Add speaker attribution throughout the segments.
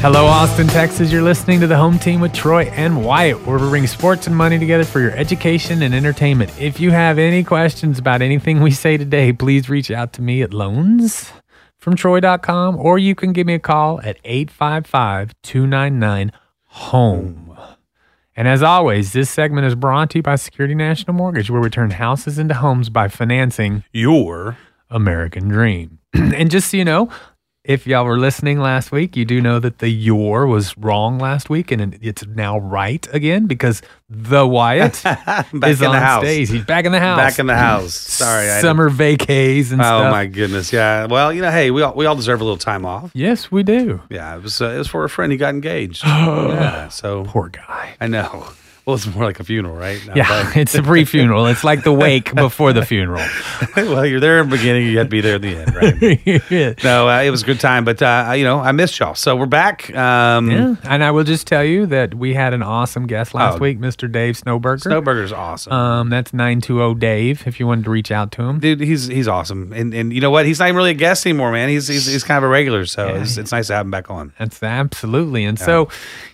Speaker 1: Hello, Austin, Texas. You're listening to the home team with Troy and Wyatt, where we bring sports and money together for your education and entertainment. If you have any questions about anything we say today, please reach out to me at loansfromtroy.com or you can give me a call at 855 299 HOME. And as always, this segment is brought to you by Security National Mortgage, where we turn houses into homes by financing
Speaker 2: your
Speaker 1: American Dream. and just so you know, if y'all were listening last week, you do know that the your was wrong last week and it- it's now right again because the Wyatt
Speaker 2: back
Speaker 1: is
Speaker 2: in
Speaker 1: on
Speaker 2: the house.
Speaker 1: stage. He's back in the house.
Speaker 2: Back in the house. Sorry. I-
Speaker 1: Summer vacays and
Speaker 2: oh
Speaker 1: stuff.
Speaker 2: my goodness. Yeah. Well, you know, hey, we all we all deserve a little time off.
Speaker 1: Yes, we do.
Speaker 2: Yeah. It was uh, it was for a friend who got engaged. yeah. So
Speaker 1: Poor guy.
Speaker 2: I know. Well, it's more like a funeral, right? Not
Speaker 1: Yeah,
Speaker 2: like-
Speaker 1: it's a pre funeral. It's like the wake before the funeral.
Speaker 2: well, you're there in the beginning. You got to be there in the end, right?
Speaker 1: yeah.
Speaker 2: no, uh, it was a good time, but uh, I- you know, I missed y'all. So we're back. Um,
Speaker 1: And I will just tell you that we had an awesome guest last
Speaker 2: Oh.
Speaker 1: week, Mr. Dave Snowberger.
Speaker 2: Snowburger's awesome.
Speaker 1: um, that's 920 Dave if you wanted to reach out to him.
Speaker 2: Dude, he's he's awesome, and and you know what? He's not even really a guest anymore, man. He's he's, he's kind of a regular, so it's, it's nice to have him back on.
Speaker 1: That's absolutely. And so,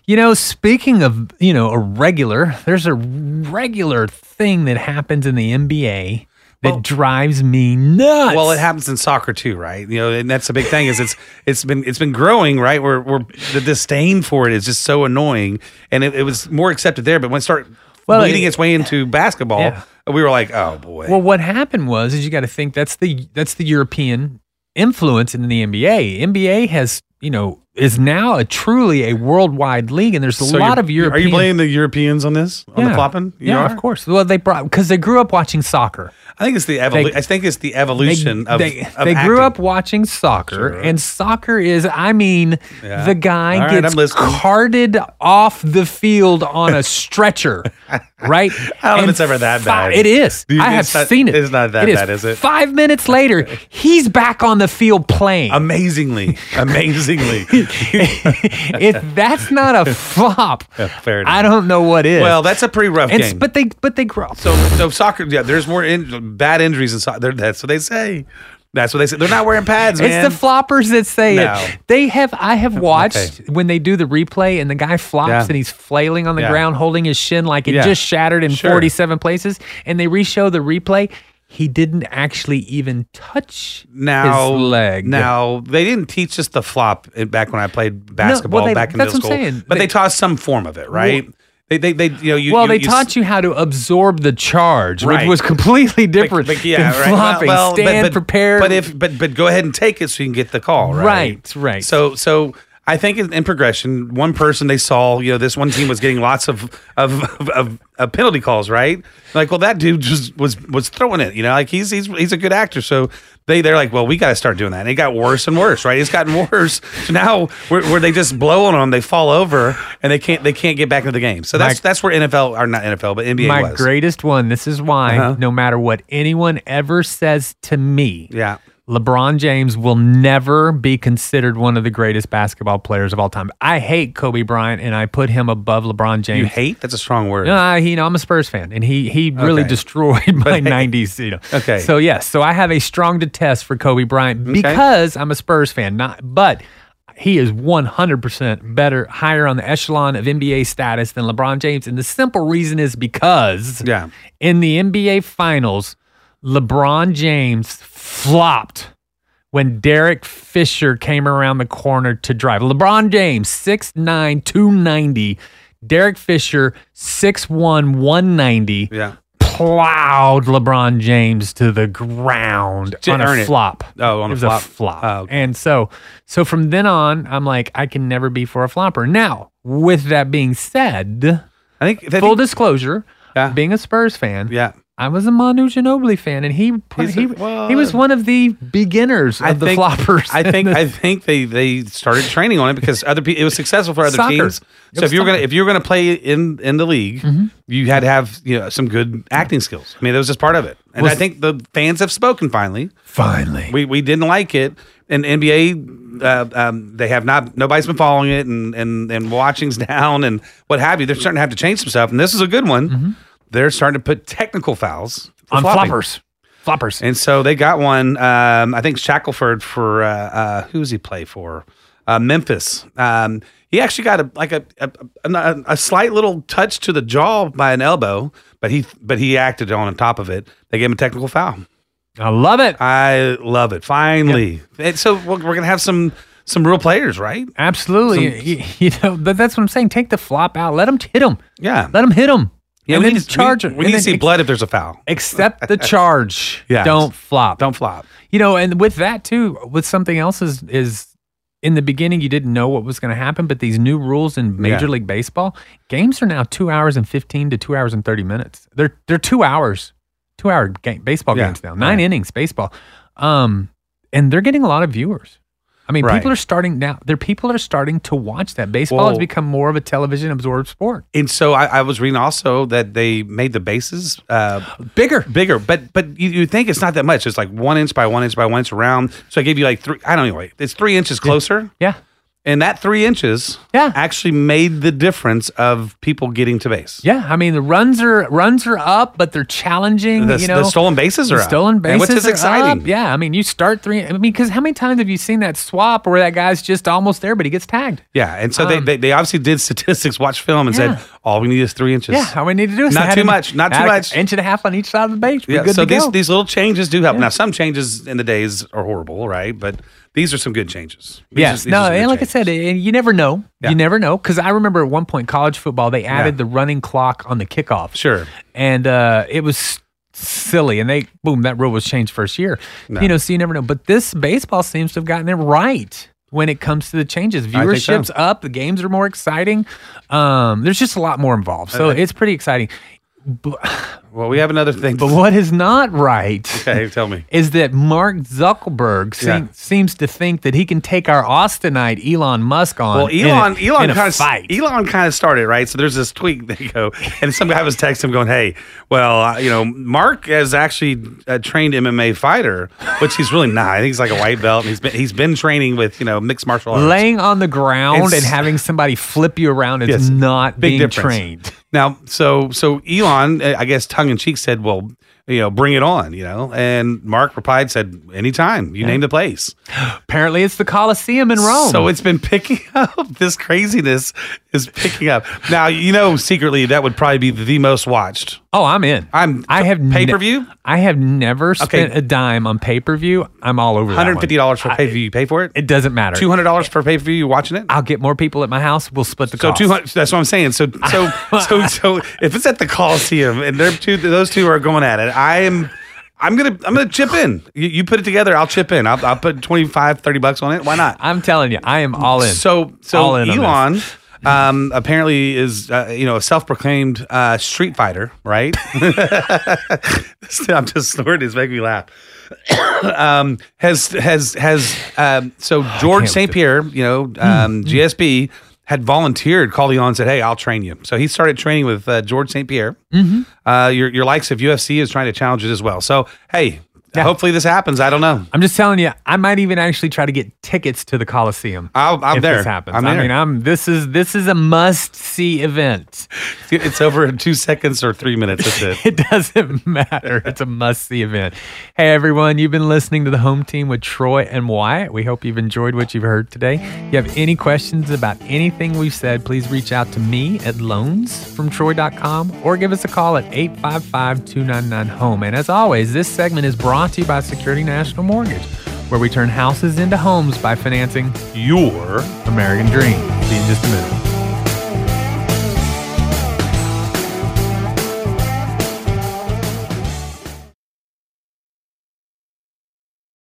Speaker 1: you know, speaking of, you know, a regular, there's a regular thing that happens in the NBA that
Speaker 2: Well-
Speaker 1: drives me nuts.
Speaker 2: Well, it happens in soccer too, right? You know, and that's the big thing is it's it's been it's been growing, right? We're we're the disdain for it is just so annoying, and it, it was more accepted there, but when it started
Speaker 1: Well,
Speaker 2: bleeding
Speaker 1: it-
Speaker 2: its way into basketball,
Speaker 1: Yeah.
Speaker 2: we were like, oh boy,
Speaker 1: Well, what happened was is you got to think that's the that's the European influence in the NBA. NBA has, you know, is now a truly a worldwide league and there's a
Speaker 2: So
Speaker 1: lot
Speaker 2: you're-
Speaker 1: of European
Speaker 2: Are you blaming the Europeans on this on the
Speaker 1: Yeah.
Speaker 2: flopping? You
Speaker 1: yeah,
Speaker 2: are?
Speaker 1: of course. Well, they brought because they grew up watching soccer.
Speaker 2: I think it's the evolution.
Speaker 1: They-
Speaker 2: I think it's the evolution of.
Speaker 1: they,
Speaker 2: of
Speaker 1: they grew
Speaker 2: acting.
Speaker 1: up watching soccer,
Speaker 2: Sure.
Speaker 1: and soccer is, I mean,
Speaker 2: Yeah.
Speaker 1: the guy
Speaker 2: All right,
Speaker 1: gets
Speaker 2: I'm listening.
Speaker 1: carted off the field on a stretcher, right?
Speaker 2: I don't know if
Speaker 1: And
Speaker 2: it's ever that
Speaker 1: fi-
Speaker 2: bad.
Speaker 1: It is.
Speaker 2: You-
Speaker 1: I have
Speaker 2: it's not-
Speaker 1: seen it.
Speaker 2: it's not that
Speaker 1: It
Speaker 2: bad, is it?
Speaker 1: Five minutes later, he's back on the field playing.
Speaker 2: Um, amazingly, amazingly.
Speaker 1: if that's not a flop,
Speaker 2: fair enough.
Speaker 1: I don't know what is.
Speaker 2: well, that's a pretty rough
Speaker 1: and, s-
Speaker 2: game.
Speaker 1: but they but they grow up.
Speaker 2: so, so soccer. Yeah, there's more in, bad injuries in soccer. That's what they say. That's what they say. They're not wearing pads, man.
Speaker 1: It's the floppers that say
Speaker 2: No.
Speaker 1: it. They have I have watched when they do the replay and the guy flops
Speaker 2: Yeah.
Speaker 1: and he's flailing on the
Speaker 2: Yeah.
Speaker 1: ground holding his shin like it
Speaker 2: Yeah.
Speaker 1: just shattered in
Speaker 2: Sure.
Speaker 1: 47 places and they re-show the replay. He didn't actually even touch
Speaker 2: now,
Speaker 1: his leg.
Speaker 2: now they didn't teach us the flop in- back when I played basketball
Speaker 1: they-
Speaker 2: back in
Speaker 1: that's
Speaker 2: middle
Speaker 1: what I'm
Speaker 2: school.
Speaker 1: saying.
Speaker 2: But they,
Speaker 1: They-
Speaker 2: taught us some form of it, right? they, they, they, you know, you.
Speaker 1: well,
Speaker 2: you,
Speaker 1: they
Speaker 2: you s-
Speaker 1: taught you how to absorb the charge,
Speaker 2: Right.
Speaker 1: which was completely different
Speaker 2: But- but yeah,
Speaker 1: than
Speaker 2: right. Well,
Speaker 1: flopping.
Speaker 2: well, but-
Speaker 1: Stand
Speaker 2: but-
Speaker 1: prepared.
Speaker 2: But if but but go ahead and take it so you can get the call, right?
Speaker 1: Right, right.
Speaker 2: So so I think in, in progression, one person they saw, you know, this one team was getting lots of of, of, of of penalty calls, right? Like, well, that dude just was was throwing it, you know, like he's he's he's a good actor, so. They, they're like, well, we got to start doing that. And it got worse and worse, right? It's gotten worse. So now where, where they just blow on them, they fall over and they can't they can't get back into the game. So that's
Speaker 1: Mike-
Speaker 2: that's where NFL or not NFL, but NBA
Speaker 1: my
Speaker 2: was.
Speaker 1: greatest one, this is why
Speaker 2: Uh-huh.
Speaker 1: no matter what anyone ever says to me,
Speaker 2: yeah.
Speaker 1: LeBron James will never be considered one of the greatest basketball players of all time. I hate Kobe Bryant and I put him above LeBron James.
Speaker 2: You hate? That's a strong word.
Speaker 1: No, I, you know, I'm a Spurs fan, and he he really
Speaker 2: Okay.
Speaker 1: destroyed my
Speaker 2: But-
Speaker 1: '90s. You know,
Speaker 2: Okay.
Speaker 1: So yes, so I have a strong detest for Kobe Bryant because I'm a Spurs fan. Not, but he is 100% better, higher on the echelon of NBA status than LeBron James, and the simple reason is because
Speaker 2: Yeah.
Speaker 1: in the NBA Finals, LeBron James flopped when Derek Fisher came around the corner to drive. LeBron James, 6'9, 290. Derek Fisher, 6'1, 190.
Speaker 2: Yeah.
Speaker 1: Plowed LeBron James to the ground
Speaker 2: To
Speaker 1: on
Speaker 2: earn
Speaker 1: a
Speaker 2: it.
Speaker 1: flop.
Speaker 2: Oh,
Speaker 1: it
Speaker 2: on a
Speaker 1: was
Speaker 2: flop.
Speaker 1: a flop.
Speaker 2: Oh, okay.
Speaker 1: And so, so from then on, I'm like, I can never be for a flopper. Now, with that being said,
Speaker 2: I think. I think- Uh.
Speaker 1: full disclosure,
Speaker 2: Yeah.
Speaker 1: being a Spurs fan,
Speaker 2: yeah.
Speaker 1: I was a Manu Ginobili fan, and he put,
Speaker 2: He's a-
Speaker 1: he,
Speaker 2: well,
Speaker 1: he was one of the beginners of the floppers.
Speaker 2: I
Speaker 1: in
Speaker 2: think
Speaker 1: the-
Speaker 2: I think they they started training on it because other people it was successful for other
Speaker 1: Soccer.
Speaker 2: teams.
Speaker 1: It
Speaker 2: So
Speaker 1: was
Speaker 2: if you were
Speaker 1: soccer.
Speaker 2: gonna
Speaker 1: Mm-hmm.
Speaker 2: if you were gonna play in in the league, you had to have you know some good acting skills. I mean, that was just part of it. And I
Speaker 1: Was-
Speaker 2: think the fans have spoken finally.
Speaker 1: finally.
Speaker 2: We we didn't like it, and NBA uh, um, they have not nobody's been following it, and and and watching's down, and what have you. They're starting to have to change some stuff, and this is a good one.
Speaker 1: Mm-hmm.
Speaker 2: They're starting to put technical fouls for
Speaker 1: on
Speaker 2: flopping.
Speaker 1: floppers, floppers.
Speaker 2: And so they got one. Um, I think Shackelford for uh, uh, who's he play for? Uh, Memphis. Um, he actually got a like a, a a a slight little touch to the jaw by an elbow, but he but he acted on top of it. They gave him a technical foul.
Speaker 1: I love it.
Speaker 2: I love it. Finally, and so we're, we're gonna have some some real players, right?
Speaker 1: Absolutely. You, you know, but that's what I'm saying. Take the flop out. Let him hit him.
Speaker 2: Yeah,
Speaker 1: Let him hit him.
Speaker 2: yeah.
Speaker 1: and
Speaker 2: we
Speaker 1: then
Speaker 2: need to-
Speaker 1: charge
Speaker 2: We,
Speaker 1: him.
Speaker 2: we
Speaker 1: And
Speaker 2: need to
Speaker 1: then
Speaker 2: see
Speaker 1: ex-
Speaker 2: blood if there's a foul.
Speaker 1: Accept the charge.
Speaker 2: Yes.
Speaker 1: Don't flop.
Speaker 2: Don't flop.
Speaker 1: You know, and with that too, with something else is is in the beginning you didn't know what was going to happen, but these new rules in Major
Speaker 2: Yeah.
Speaker 1: League Baseball games are now two hours and fifteen to two hours and thirty minutes. They're they're two hours, two hour game baseball
Speaker 2: Yeah.
Speaker 1: games now, nine
Speaker 2: Right.
Speaker 1: innings baseball, um, and they're getting a lot of viewers. I mean,
Speaker 2: Right.
Speaker 1: people are starting now. Their people are starting to watch that. Baseball has
Speaker 2: Well-
Speaker 1: become more of a television absorbed sport.
Speaker 2: And so I, I was reading also that they made the bases uh,
Speaker 1: Bigger.
Speaker 2: bigger, but but you, you think it's not that much. It's like one inch by one inch by one inch around. So I gave you like three. I don't know. anyway, It's three inches closer,
Speaker 1: Yeah.
Speaker 2: and that three inches
Speaker 1: Yeah.
Speaker 2: actually made the difference of people getting to base.
Speaker 1: Yeah. I mean, the runs are runs are up, but they're challenging.
Speaker 2: The,
Speaker 1: you know,
Speaker 2: the stolen bases are
Speaker 1: The
Speaker 2: up.
Speaker 1: stolen bases.
Speaker 2: and which is
Speaker 1: are
Speaker 2: exciting.
Speaker 1: up. Yeah, I mean, you start three. I mean, because how many times have you seen that swap where that guy's just almost there, but he gets tagged?
Speaker 2: Yeah, and so they, they they obviously did statistics, watch film, and
Speaker 1: Um, Yeah.
Speaker 2: said all we need is three inches.
Speaker 1: yeah, all we need to do is
Speaker 2: Not
Speaker 1: add
Speaker 2: too
Speaker 1: an-
Speaker 2: much, not too
Speaker 1: add an
Speaker 2: much.
Speaker 1: Inch and a half on each side of the base. We're
Speaker 2: Yeah,
Speaker 1: good to
Speaker 2: so these
Speaker 1: go.
Speaker 2: these little changes do help. Now some changes in the days are horrible, right? But these are some good changes. These
Speaker 1: yes,
Speaker 2: are- these
Speaker 1: no,
Speaker 2: are some good
Speaker 1: and like
Speaker 2: changes.
Speaker 1: I said, eh, you never know.
Speaker 2: Yeah.
Speaker 1: You never know because I remember at one point college football they added the running clock on the kickoff.
Speaker 2: sure.
Speaker 1: and uh, it was silly. And they boom, that rule was changed first year. You know, so you never know. But this baseball seems to have gotten it right when it comes to the changes.
Speaker 2: I think so.
Speaker 1: Viewership's up, the games are more exciting. Um, there's just a lot more involved, so
Speaker 2: Uh,
Speaker 1: it's pretty exciting.
Speaker 2: Well, we have another thing.
Speaker 1: But what is not right?
Speaker 2: okay, tell me.
Speaker 1: Is that Mark Zuckerberg se-
Speaker 2: Yeah.
Speaker 1: seems to think that he can take our Austinite Elon Musk on?
Speaker 2: Well,
Speaker 1: in a-
Speaker 2: Elon,
Speaker 1: in
Speaker 2: Elon
Speaker 1: a
Speaker 2: kind of
Speaker 1: fight.
Speaker 2: Elon kind of started right. So there's this tweet they go, and some guy was texting him going, "Hey, well, uh, you know, Mark is actually a trained MMA fighter, which he's really not. I think he's like a white belt, and he's been he's been training with you know mixed martial arts.
Speaker 1: laying on the ground
Speaker 2: It's-
Speaker 1: and having somebody flip you around is
Speaker 2: Yes.
Speaker 1: not
Speaker 2: Big
Speaker 1: being
Speaker 2: difference.
Speaker 1: trained.
Speaker 2: Now, so so Elon, uh, I guess tongue in cheek said, "Well, you know, bring it on," you know, and Mark replied, "said Anytime you name the place."
Speaker 1: Apparently, it's the Colosseum in Rome.
Speaker 2: So it's been picking up. This craziness is picking up. Now you know secretly that would probably be the most watched.
Speaker 1: oh, I'm in.
Speaker 2: I'm-
Speaker 1: I have
Speaker 2: pay-per-view?
Speaker 1: I have never spent a dime on pay per view. I'm all over.
Speaker 2: One hundred fifty
Speaker 1: That
Speaker 2: dollars for pay per view. You pay for it.
Speaker 1: one. It doesn't matter.
Speaker 2: Two hundred dollars for pay per view. You watching it?
Speaker 1: I'll get more people at my house. We'll split the
Speaker 2: So
Speaker 1: cost.
Speaker 2: two hundred. That's what I'm saying. So so so so if it's at the Coliseum and they're two, those two are going at it. I am. I'm gonna I'm gonna chip in. You, you put it together. I'll chip in. I'll, I'll put 25, 30 bucks on it. Why not?
Speaker 1: I'm telling you, I am all in.
Speaker 2: So so
Speaker 1: All in on this.
Speaker 2: Elon um, apparently is uh, you know a self-proclaimed uh, street fighter, right? I'm just snorting. It's making me laugh. um, has has has um, so George
Speaker 1: can't Hmm,
Speaker 2: St Pierre, you know um, GSB. Had volunteered, called Elon, and said, "Hey, I'll train you." So he started training
Speaker 1: Mm-hmm.
Speaker 2: with uh, George St Pierre. Uh, your your likes of UFC is trying to challenge it as well. So hey,
Speaker 1: Yeah.
Speaker 2: Hopefully this happens. I don't know.
Speaker 1: I'm just telling you, I might even actually try to get tickets to the Coliseum.
Speaker 2: I'll, I'm
Speaker 1: if
Speaker 2: there.
Speaker 1: This happens.
Speaker 2: I'm
Speaker 1: I
Speaker 2: there.
Speaker 1: mean, I'm this is this is a must see event.
Speaker 2: it's over in two seconds or three minutes. That's it.
Speaker 1: It doesn't matter. It's a must see event. Hey, everyone, you've been listening to the home team with Troy and Wyatt. We hope you've enjoyed what you've heard today. If you have any questions about anything we've said, please reach out to me at loansfromtroy.com or give us a call at 855 299 home. E. And as always, this segment is brought to you by Security National Mortgage, where we turn houses into homes by financing
Speaker 2: Your
Speaker 1: American Dream. See you in just a minute.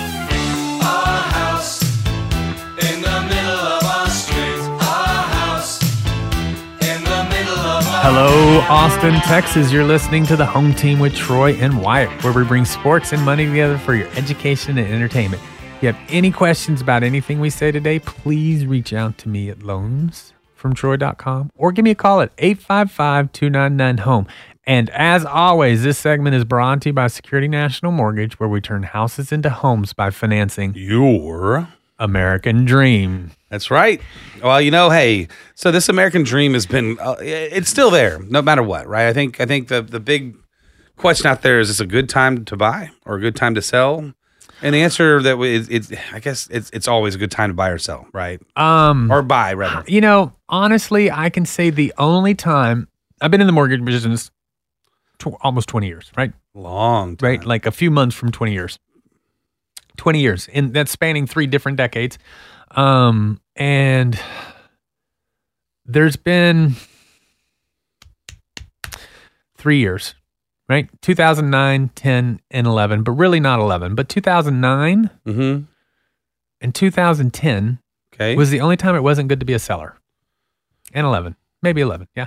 Speaker 3: Our house in the middle of our street. Our house in the middle of our
Speaker 1: Hello, Austin, Texas. You're listening to the home team with Troy and Wyatt, where we bring sports and money together for your education and entertainment. If you have any questions about anything we say today, please reach out to me at loansfromtroy.com or give me a call at 855 299 home. E. And as always, this segment is brought to you by Security National Mortgage, where we turn houses into homes by financing
Speaker 2: your.
Speaker 1: American Dream.
Speaker 2: That's right. Well, you know, hey, so this American dream has been uh, it's still there no matter what, right? I think I think the the big question out there is it's a good time to buy or a good time to sell? And the answer that we- it's it's I guess it's it's always a good time to buy or sell, right?
Speaker 1: Um,
Speaker 2: Or buy rather.
Speaker 1: You know, honestly, I can say the only time I've been in the mortgage business tw- almost 20 years, right?
Speaker 2: Long time.
Speaker 1: Right? Like a few months from 20 years. 20 years. And that's spanning three different decades. Um, and there's been three years, right? 2009, 10, and 11, but really not 11, but 2009
Speaker 2: Mm-hmm.
Speaker 1: and 2010
Speaker 2: Okay.
Speaker 1: was the only time it wasn't good to be a seller. And 11, maybe 11, yeah.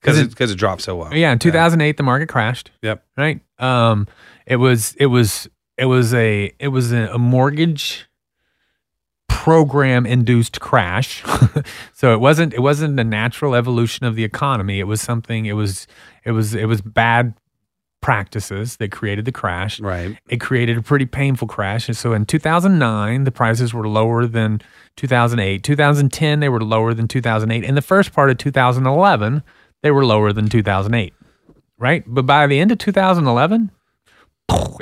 Speaker 2: Because
Speaker 1: it-
Speaker 2: it because it dropped so well.
Speaker 1: Yeah, in 2008 the market crashed,
Speaker 2: Oh, Yep.
Speaker 1: right? Um it was it was it was a it was a, a mortgage program induced crash. so it wasn't it wasn't the natural evolution of the economy. It was something it was it was it was bad practices that created the crash
Speaker 2: Right.
Speaker 1: it created a pretty painful crash. And so in 2009, the prices were lower than 2008. 2010, they were lower than 2008. In the first part of 2011, they were lower than 2008, right? But by the end of 2011,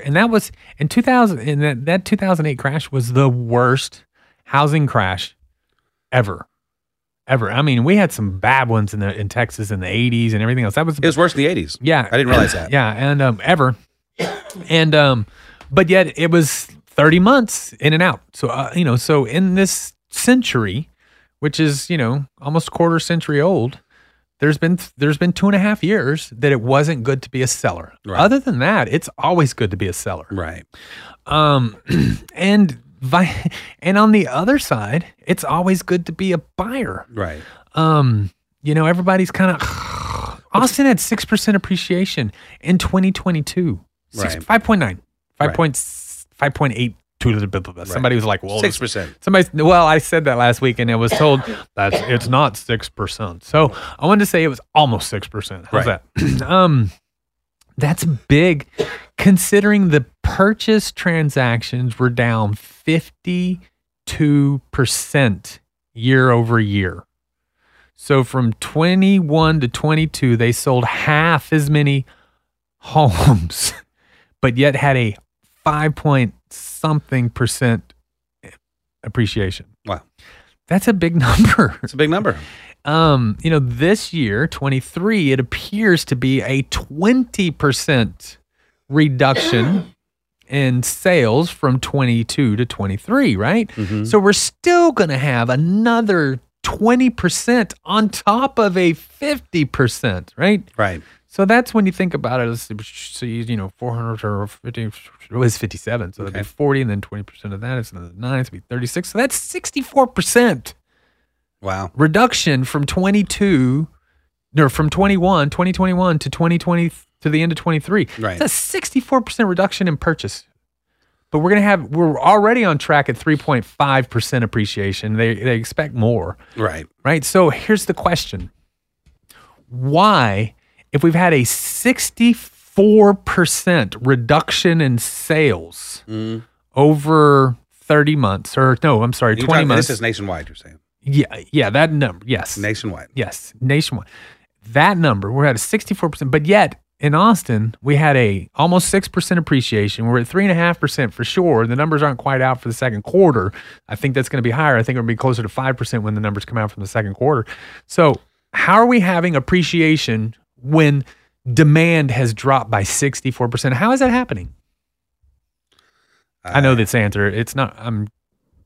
Speaker 1: and that was in 2000, and that, that 2008 crash was the worst housing crash ever. Ever. I mean, we had some bad ones in the in Texas in the 80s and everything else. That was
Speaker 2: It was worse in the eighties.
Speaker 1: yeah.
Speaker 2: I didn't realize that.
Speaker 1: Yeah, and um, ever, and um, but yet it was thirty months in and out. So uh, you know, so in this century, which is you know almost quarter century old, there's been there's been two and a half years that it wasn't good to be a seller.
Speaker 2: Right.
Speaker 1: Other than that, it's always good to be a seller.
Speaker 2: Right.
Speaker 1: Um, and vi- and on the other side, it's always good to be a buyer.
Speaker 2: Right.
Speaker 1: Um, you know, everybody's kind of Austin had six percent appreciation in 2022. Six,
Speaker 2: Right.
Speaker 1: 5.9,
Speaker 2: Right.
Speaker 1: 5.8. Somebody was like, "Well, this-
Speaker 2: Six percent.
Speaker 1: Somebody, well, I said that last week, and it was told that it's not six percent. So I wanted to say it was almost six percent. How's
Speaker 2: Right.
Speaker 1: that? um, that's big, considering the purchase transactions were down 52% year over year. So from 21 to 22, they sold half as many homes, but yet had a five point something percent appreciation.
Speaker 2: Wow.
Speaker 1: That's a big number.
Speaker 2: It's a big number.
Speaker 1: Um, you know, this year, 23, it appears to be a 20% reduction in sales from 22 to 23, right? So we're still going to have another 20% on top of a 50%, right?
Speaker 2: Right.
Speaker 1: So that's when you think about it. Let's see, you know, 400 or 50, it was 57. So that'd
Speaker 2: Okay.
Speaker 1: be 40, and then 20% of that is another nine. So it'd be 36. So that's 64%
Speaker 2: Wow.
Speaker 1: reduction from 22 or from 21 2021 to 2020 to the end of 23
Speaker 2: Right.
Speaker 1: that's a 64% reduction in purchase but we're going to have we're already on track at 3.5% appreciation they they expect more
Speaker 2: Right.
Speaker 1: right so here's the question why if we've had a 64% reduction in sales
Speaker 2: Mm.
Speaker 1: over 30 months or no i'm sorry
Speaker 2: You're
Speaker 1: 20
Speaker 2: talking-
Speaker 1: months
Speaker 2: This is nationwide. You're saying
Speaker 1: yeah yeah that number yes
Speaker 2: nationwide.
Speaker 1: Yes, nationwide. That number, we're at a 64%. But yet in Austin, we had a almost 6% appreciation. We're at 3.5% for sure. The numbers aren't quite out for the second quarter. I think that's going to be higher. I think it'll be closer to 5% when the numbers come out from the second quarter. So, how are we having appreciation when demand has dropped by 64%? How is that happening?
Speaker 2: Uh,
Speaker 1: I know this answer. It's not, I'm,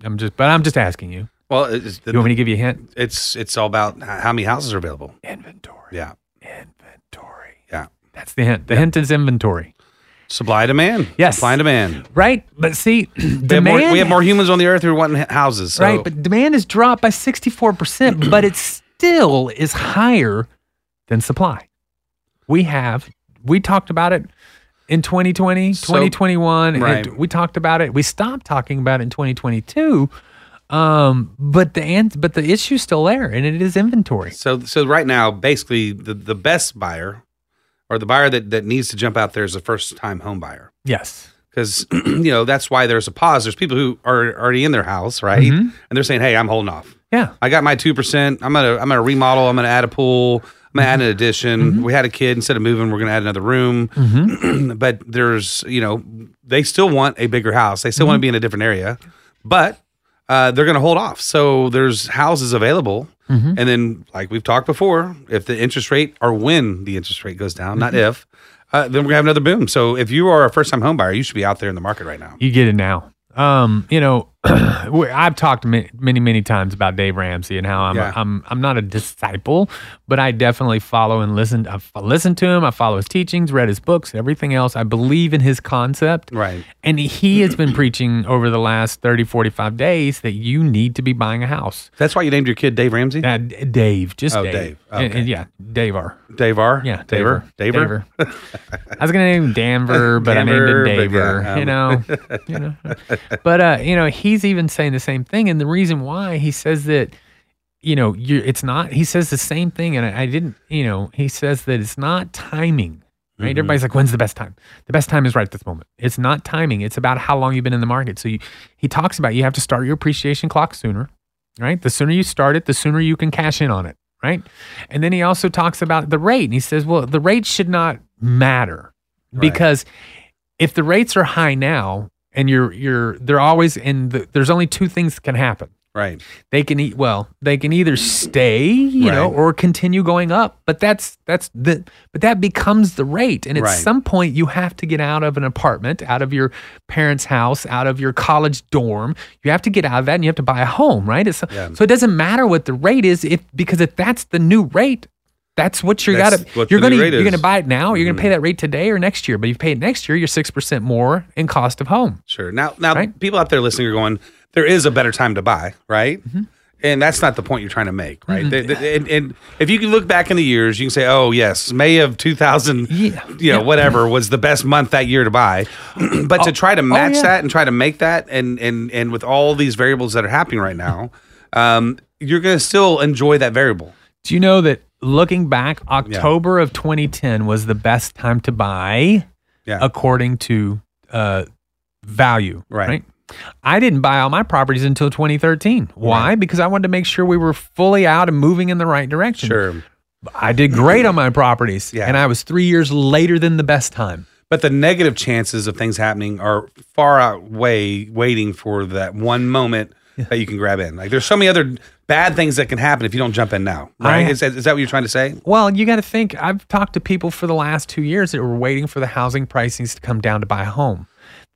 Speaker 1: I'm just, but I'm just asking you.
Speaker 2: Well, it's,
Speaker 1: You want me to give you a hint?
Speaker 2: it's it's all about h- how many houses are available.
Speaker 1: Inventory.
Speaker 2: Yeah.
Speaker 1: Inventory.
Speaker 2: Yeah.
Speaker 1: That's the hint. The hint is inventory,
Speaker 2: Supply demand.
Speaker 1: Yes.
Speaker 2: Supply and demand.
Speaker 1: right? But see,
Speaker 2: We have,
Speaker 1: demand.
Speaker 2: more, we have more humans on the earth who are wanting h- houses. So.
Speaker 1: right? But demand has dropped by sixty-four percent, but it still is higher than supply. We have we talked about it in 2020,
Speaker 2: So-
Speaker 1: 2021. and
Speaker 2: right.
Speaker 1: we talked about it. We stopped talking about it in 2022. Um, but the ans- but the issue's still there, and it is inventory.
Speaker 2: so so right now, basically, the, the best buyer or the buyer that, that needs to jump out there is the first time home buyer.
Speaker 1: Yes.
Speaker 2: because you know that's why there's a pause. There's people who are already in their house, right?
Speaker 1: Mm-hmm.
Speaker 2: And they're saying, "Hey, I'm holding off.
Speaker 1: Yeah.
Speaker 2: I got my two percent. I'm gonna I'm gonna remodel. I'm gonna add a pool. I'm gonna add an addition. We had a kid instead of moving, we're gonna add another room. but there's you know they still want a bigger house. They still want to be in a different area, but uh, they're gonna hold off. So there's houses available. And then, like we've talked before, if the interest rate or when the interest rate goes down, not if, uh, then we're gonna have another boom. So if you are a first time home buyer, you should be out there in the market right now.
Speaker 1: You get it now. Um, you know, we- I've talked many, many, many times about Dave Ramsey and how I'm,
Speaker 2: Yeah.
Speaker 1: I'm, I'm not a disciple, but I definitely follow and listen. I f- listen to him. I follow his teachings, read his books, everything else. I believe in his concept.
Speaker 2: Right.
Speaker 1: And he has been preaching over the last 30, 45 days that you need to be buying a house.
Speaker 2: That's why you named your kid Dave Ramsey.
Speaker 1: Uh, D- Dave, just
Speaker 2: Oh,
Speaker 1: Dave.
Speaker 2: Dave.
Speaker 1: And- and
Speaker 2: Okay.
Speaker 1: yeah, Dave R.
Speaker 2: Dave R.
Speaker 1: Yeah,
Speaker 2: Daver.
Speaker 1: Daver. Daver. I was gonna name him Danver, but
Speaker 2: Danver,
Speaker 1: I
Speaker 2: but
Speaker 1: named him Daver.
Speaker 2: yeah,
Speaker 1: you know, you know. But uh, you know, he's even saying the same thing, and the reason why he says that, you know, you it's not. He says the same thing, and I, I didn't. You know, he says that it's not timing. Right? Everybody's like, "When's the best time?" The best time is right this moment. It's not timing. It's about how long you've been in the market. So you, he talks about you have to start your appreciation clock sooner right? The sooner you start it, the sooner you can cash in on it, right? And then he also talks about the rate. And he says, well, the rate should not matter because if the rates are high now and you're, you're, they're always in the, there's only two things that can happen.
Speaker 2: Right.
Speaker 1: They can eat, well, they can either stay, you know,
Speaker 2: Right.
Speaker 1: or continue going up, but that's, that's the, but that becomes the rate. And at
Speaker 2: Right.
Speaker 1: some point you have to get out of an apartment, out of your parents' house, out of your college dorm. You have to get out of that and you have to buy a home, right? It's,
Speaker 2: Yeah.
Speaker 1: So it doesn't matter what the rate is, if because if that's the new rate, that's what you're
Speaker 2: That's
Speaker 1: gotta
Speaker 2: what
Speaker 1: you're
Speaker 2: the
Speaker 1: gonna
Speaker 2: new rate
Speaker 1: you're
Speaker 2: is. Mm-hmm.
Speaker 1: gonna buy it now. You're gonna pay that rate today or next year. But if you pay it next year, you're six percent more in cost of home.
Speaker 2: Sure. Now, now
Speaker 1: Right?
Speaker 2: people out there listening are going, there is a better time to buy, right?
Speaker 1: Mm-hmm.
Speaker 2: And that's not the point you're trying to make, right? Th- th- and, and if you can look back in the years, you can say, oh, yes, May of 2000,
Speaker 1: Yeah. Oh,
Speaker 2: you know, whatever was the best month that year to buy. but to try to match
Speaker 1: yeah.
Speaker 2: that and try to make that, and, and, and with all these variables that are happening right now, um, you're going to still enjoy that variable.
Speaker 1: Do you know that looking back, October of 2010 was the best time to buy
Speaker 2: Yeah.
Speaker 1: according to uh, value.
Speaker 2: Right.
Speaker 1: I didn't buy all my properties until 2013. Why? Because I wanted to make sure we were fully out and moving in the right direction.
Speaker 2: Sure.
Speaker 1: I did great on my properties,
Speaker 2: Yeah.
Speaker 1: and I was three years later than the best time.
Speaker 2: But the negative chances of things happening are far outweigh waiting for that one moment that you can grab in. Like there's so many other bad things that can happen if you don't jump in now, right?
Speaker 1: I-
Speaker 2: is, that, is that what you're trying to say?
Speaker 1: Well, you got to think. I've talked to people for the last two years that were waiting for the housing pricings to come down to buy a home.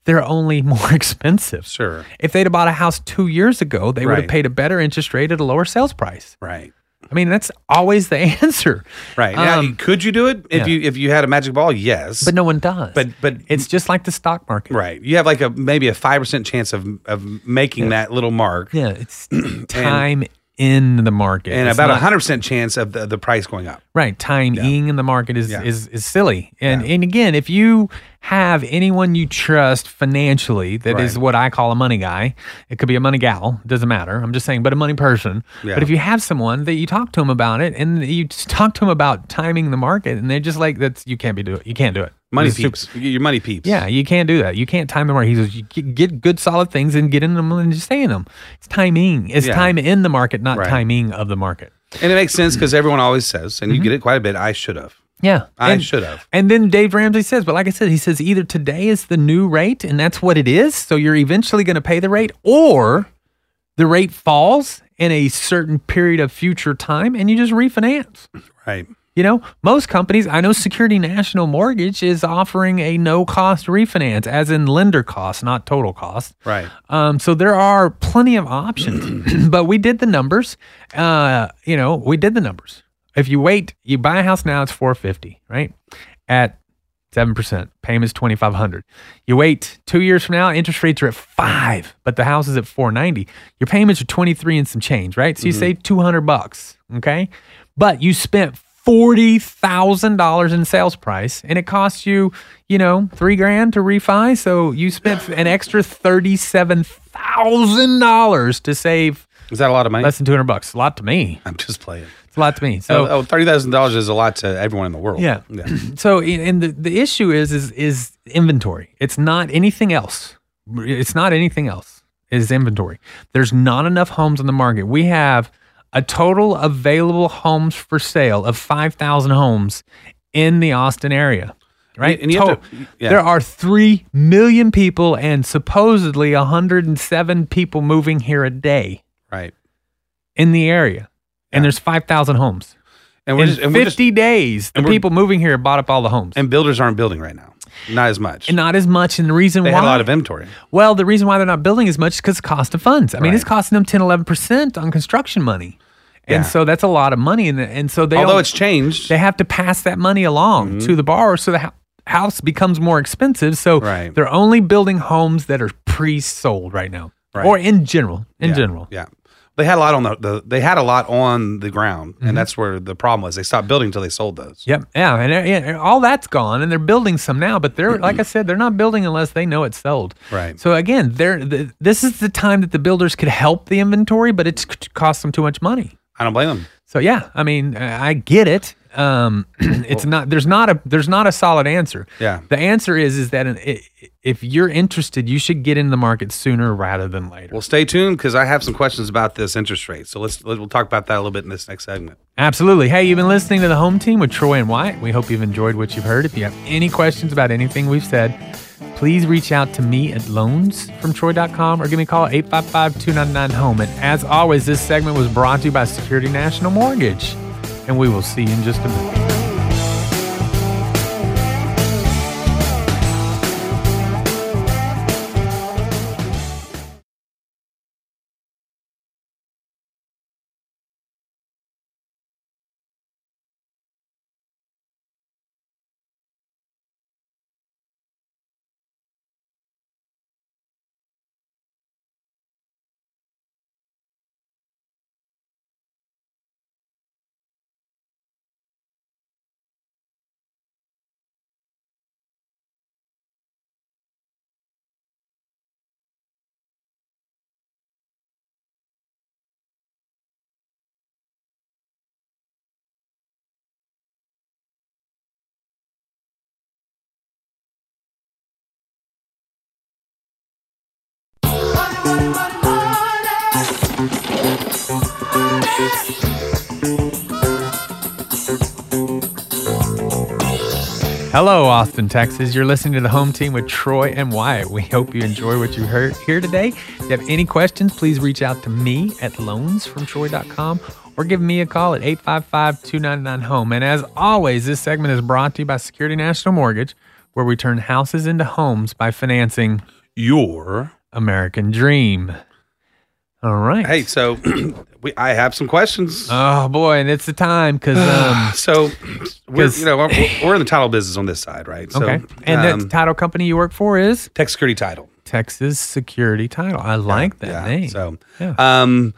Speaker 1: They're only more expensive.
Speaker 2: Sure.
Speaker 1: If they'd have bought a house two years ago, they would
Speaker 2: Right.
Speaker 1: have paid a better interest rate at a lower sales price.
Speaker 2: Right.
Speaker 1: I mean, that's always the answer.
Speaker 2: Right. Now,
Speaker 1: Um,
Speaker 2: could you do it if
Speaker 1: yeah.
Speaker 2: you if you had a magic ball? Yes.
Speaker 1: But no one does.
Speaker 2: But- but-
Speaker 1: it's just like the stock market.
Speaker 2: Right. You have like a maybe a five percent chance of of making that little mark,
Speaker 1: Yeah, it's time in the market.
Speaker 2: and
Speaker 1: It's
Speaker 2: about a
Speaker 1: not-
Speaker 2: hundred percent chance of the, the price going up.
Speaker 1: Right, time ing in the market is
Speaker 2: Yeah.
Speaker 1: is, is silly. And and again, if you have anyone you trust financially, that is
Speaker 2: Right.
Speaker 1: what I call a money guy. It could be a money gal, doesn't matter. I'm just saying, but a money person.
Speaker 2: Yeah.
Speaker 1: But if you have someone that you talk to them about it, and you just talk to them about timing the market, and they're just like, "That's you can't be do it. You can't do it.
Speaker 2: Money
Speaker 1: It's stupid."
Speaker 2: peeps. You get Your money peeps.
Speaker 1: Yeah, you can't do that. You can't time the market. He says you g- get good solid things and get in them and just stay in them. It's timing. It's
Speaker 2: Yeah.
Speaker 1: time in the market, not
Speaker 2: Right.
Speaker 1: timing of the market.
Speaker 2: And it makes sense because everyone always says, and you get it quite a bit. I should have.
Speaker 1: Yeah,
Speaker 2: I
Speaker 1: Mm-hmm. And-
Speaker 2: should have.
Speaker 1: And then Dave Ramsey says, but like I said, he says either today is the new rate and that's what it is, so you're eventually going to pay the rate, or the rate falls in a certain period of future time and you just refinance.
Speaker 2: Right.
Speaker 1: You know, most companies, I know Security National Mortgage is offering a no cost refinance, as in lender cost, not total cost.
Speaker 2: Right.
Speaker 1: Um, so there are plenty of options, but we did the numbers. Uh, you know, we did the numbers. If you wait, you buy a house now, it's four fifty, right? At seven percent, payments twenty five hundred. You wait two years from now, interest rates are at five, but the house is at four ninety. Your payments are twenty three and some change, right? So you save two hundred bucks, okay? But you spent forty thousand dollars in sales price, and it costs you, you know, three grand to refi. So you spent an extra thirty-seven thousand dollars to save
Speaker 2: Is that a lot of money?
Speaker 1: less than two hundred bucks. A lot to me.
Speaker 2: I'm just playing.
Speaker 1: It's a lot to me. So
Speaker 2: So, oh, thirty thousand dollars is a lot to everyone in the world.
Speaker 1: Yeah.
Speaker 2: yeah.
Speaker 1: so i- and the, the issue is is is inventory it's not anything else it's not anything else is inventory there's not enough homes on the market we have a total available homes for sale of 5000 homes in the austin area right
Speaker 2: And you have
Speaker 1: To-
Speaker 2: to- yeah.
Speaker 1: there are 3 million people and supposedly 107 people moving here a day
Speaker 2: Right.
Speaker 1: in the area and there's 5000 homes
Speaker 2: And
Speaker 1: in
Speaker 2: we're just and we're
Speaker 1: 50
Speaker 2: just
Speaker 1: days the
Speaker 2: and we're-
Speaker 1: people moving here bought up all the homes
Speaker 2: and builders aren't building right now. Not as much.
Speaker 1: and not as much. And the reason
Speaker 2: they
Speaker 1: why,
Speaker 2: had a lot of inventory.
Speaker 1: well, the reason why they're not building as much is because cost of funds. I mean, it's
Speaker 2: Right.
Speaker 1: costing them 10, 11% on construction money.
Speaker 2: Yeah.
Speaker 1: And so that's a lot of money. And, and so they,
Speaker 2: Although
Speaker 1: don't-
Speaker 2: it's Mm-hmm. changed.
Speaker 1: they have to pass that money along to the borrower. So the hou- house becomes more expensive. So
Speaker 2: Right.
Speaker 1: they're only building homes that are pre sold right now
Speaker 2: Right.
Speaker 1: or in general, in
Speaker 2: yeah.
Speaker 1: general.
Speaker 2: Yeah. They had a lot on the, the they had a lot on the ground, and that's where the problem was. They stopped building until they sold those.
Speaker 1: Yep. Mm-hmm. Yeah. And, and all that's gone, and they're building some now. But they're like I said, they're not building unless they know it's sold.
Speaker 2: Right.
Speaker 1: So again, they're th- this is the time that the builders could help the inventory, but it's c- cost them too much money.
Speaker 2: I don't blame them.
Speaker 1: So yeah, I mean, I I get it. Um, it's not there's not a there's not a solid answer.
Speaker 2: Yeah.
Speaker 1: The answer is is that an, i if you're interested, you should get in the market sooner rather than later.
Speaker 2: Well, stay tuned because I have some questions about this interest rate. So let's let- we'll talk about that a little bit in this next segment.
Speaker 1: Absolutely. Hey, you've been listening to The Home Team with Troy and Wyatt. We hope you've enjoyed what you've heard. If you have any questions about anything we've said, please reach out to me at loansfromtroy.com or give me a call at 855 299 home. E. And as always, this segment was brought to you by Security National Mortgage. And we will see you in just a minute. Hello, Austin, Texas. You're listening to the home team with Troy and Wyatt. We hope you enjoy what you heard here today. If you have any questions, please reach out to me at loansfromtroy.com or give me a call at 855 299 home. E. And as always, this segment is brought to you by Security National Mortgage, where we turn houses into homes by financing
Speaker 2: Your
Speaker 1: American Dream. All right.
Speaker 2: hey, so we I have some questions.
Speaker 1: Oh, boy. And it's the time because, um,
Speaker 2: so we're
Speaker 1: 'cause-
Speaker 2: you know we're, we're in the title business on this side, right? So,
Speaker 1: okay. and
Speaker 2: um,
Speaker 1: the title company you work for is
Speaker 2: tech security title.
Speaker 1: Texas Security Title. I like that name.
Speaker 2: So,
Speaker 1: Yeah.
Speaker 2: um,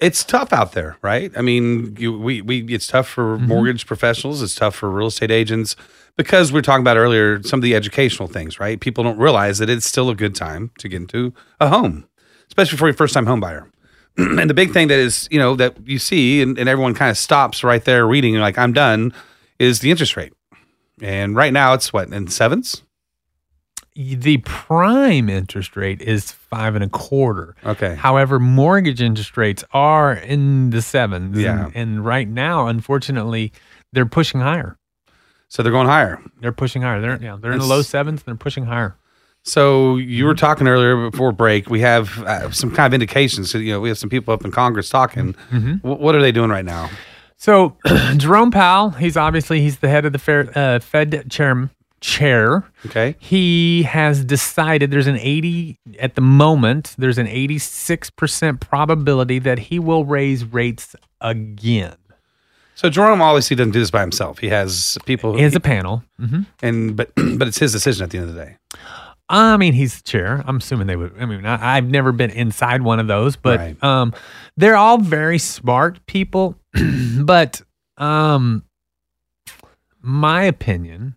Speaker 2: it's tough out there, right? I mean, you, we we it's tough for
Speaker 1: Mm-hmm.
Speaker 2: mortgage professionals. It's tough for real estate agents because we are talking about earlier some of the educational things, right? People don't realize that it's still a good time to get into a home, especially for a first time home buyer. and the big thing that is, you know, that you see and, and everyone kind of stops right there reading, like I'm done, is the interest rate. And right now it's what in sevens?
Speaker 1: the prime interest rate is five and a quarter.
Speaker 2: Okay.
Speaker 1: However, mortgage interest rates are in the sevens.
Speaker 2: Yeah.
Speaker 1: And, and right now, unfortunately, they're pushing higher.
Speaker 2: So they're going higher.
Speaker 1: They're pushing higher. They're yeah, they're in the low
Speaker 2: That's-
Speaker 1: sevens and they're pushing higher.
Speaker 2: So you were talking earlier before break. We have uh, some kind of indications. So, you know, we have some people up in Congress talking.
Speaker 1: Mm-hmm.
Speaker 2: Wh- what are they doing right now?
Speaker 1: So Jerome Powell, he's obviously he's the head of the fair, uh, Fed chair chair.
Speaker 2: Okay.
Speaker 1: He has decided there's an 80 at the moment, there's an 86% probability that he will raise rates again.
Speaker 2: So Jerome obviously doesn't do this by himself. He has people.
Speaker 1: Is a panel. hmm
Speaker 2: and but but it's his decision at the end of the day.
Speaker 1: I mean, he's the chair. I'm assuming they would. I mean, I, I've never been inside one of those, but
Speaker 2: Right.
Speaker 1: um, they're all very smart people. but um, my opinion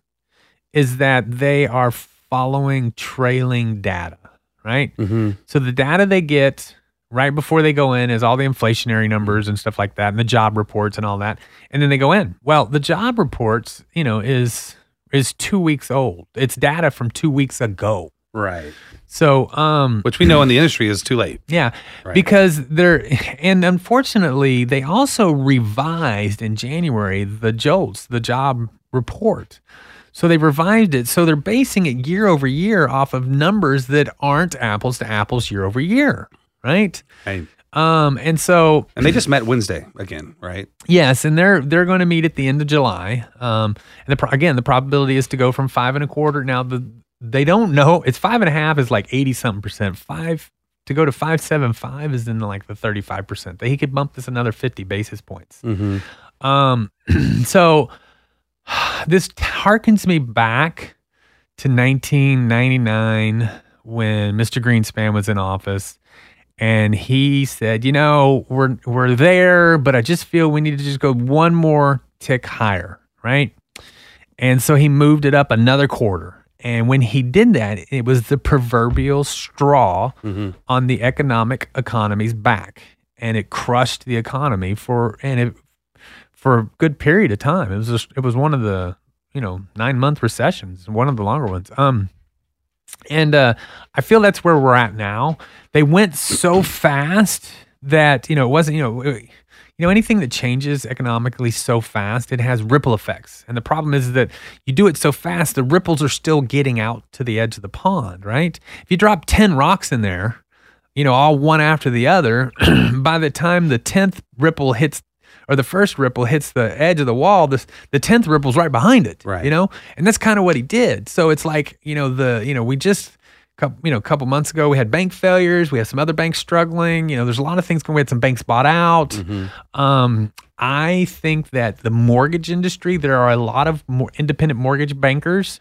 Speaker 1: is that they are following trailing data, right?
Speaker 2: Mm-hmm.
Speaker 1: So the data they get right before they go in is all the inflationary numbers and stuff like that, and the job reports and all that, and then they go in. Well, the job reports, you know, is is two weeks old. It's data from two weeks ago.
Speaker 2: Right.
Speaker 1: So, um,
Speaker 2: Which we know in the industry is too late.
Speaker 1: yeah,
Speaker 2: Right.
Speaker 1: because they're and unfortunately they also revised in January the JOLTS, the job report. So they revised it. So they're basing it year over year off of numbers that aren't apples to apples year over year, right?
Speaker 2: Hey,
Speaker 1: Um, and so
Speaker 2: and they just met Wednesday again, right?
Speaker 1: yes, and they're they're going to meet at the end of July. Um, and the pro- again, the probability is to go from five and a quarter. Now the they don't know it's five and a half is like eighty something percent. Five to go to five seven five is in like the thirty five percent. That he could bump this another fifty basis points.
Speaker 2: Mm-hmm.
Speaker 1: Um, so this harkens me back to 1999 when Mr. Greenspan was in office. And he said, you know, we're we're there, but I just feel we need to just go one more tick higher, right? And so he moved it up another quarter. And when he did that, it was the proverbial straw on the economic economy's back. And it crushed the economy for and it for a good period of time. It was just, it was one of the you know nine month recessions, one of the longer ones. Um, and uh, I feel that's where we're at now. They went so fast that you know it wasn't you know it- you know anything that changes economically so fast it has ripple effects, and the problem is that you do it so fast the ripples are still getting out to the edge of the pond, right? If you drop ten rocks in there. You know, all one after the other. by the time the tenth ripple hits or the first ripple hits the edge of the wall, this the tenth ripple's right behind it.
Speaker 2: Right.
Speaker 1: You know, and that's kind of what he did. So it's like you know the you know we just coup- you know a couple months ago we had bank failures, we have some other banks struggling. You know, there's a lot of things going. We had some banks bought out. Um, I think that the mortgage industry, there are a lot of more independent mortgage bankers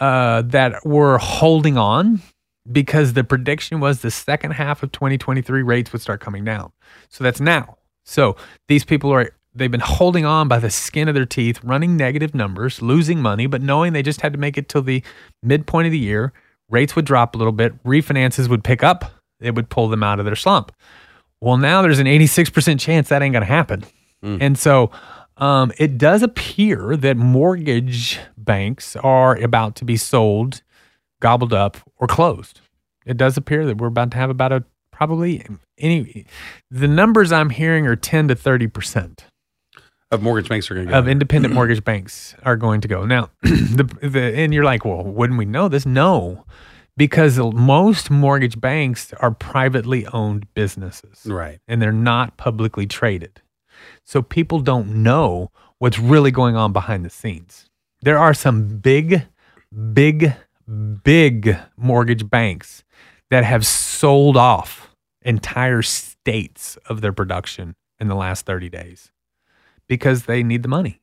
Speaker 1: uh, that were holding on because the prediction was the second half of 2023 rates would start coming down. So that's now. So these people are they've been holding on by the skin of their teeth, running negative numbers, losing money, but knowing they just had to make it till the midpoint of the year, rates would drop a little bit, refinances would pick up, it would pull them out of their slump. Well, now there's an 86% chance that ain't going to happen. And so um, it does appear that mortgage banks are about to be sold, gobbled up, or closed. it does appear that we're about to have about a probably any the numbers I'm hearing are 10 to 30 percent
Speaker 2: of mortgage banks are going to go.
Speaker 1: of independent mortgage banks are going to go. Now, the, the and you're like, well, wouldn't we know this? No, because most mortgage banks are privately owned businesses
Speaker 2: Right.
Speaker 1: and they're not publicly traded. So people don't know what's really going on behind the scenes. There are some big, big, big mortgage banks that have sold off entire states of their production in the last 30 days because they need the money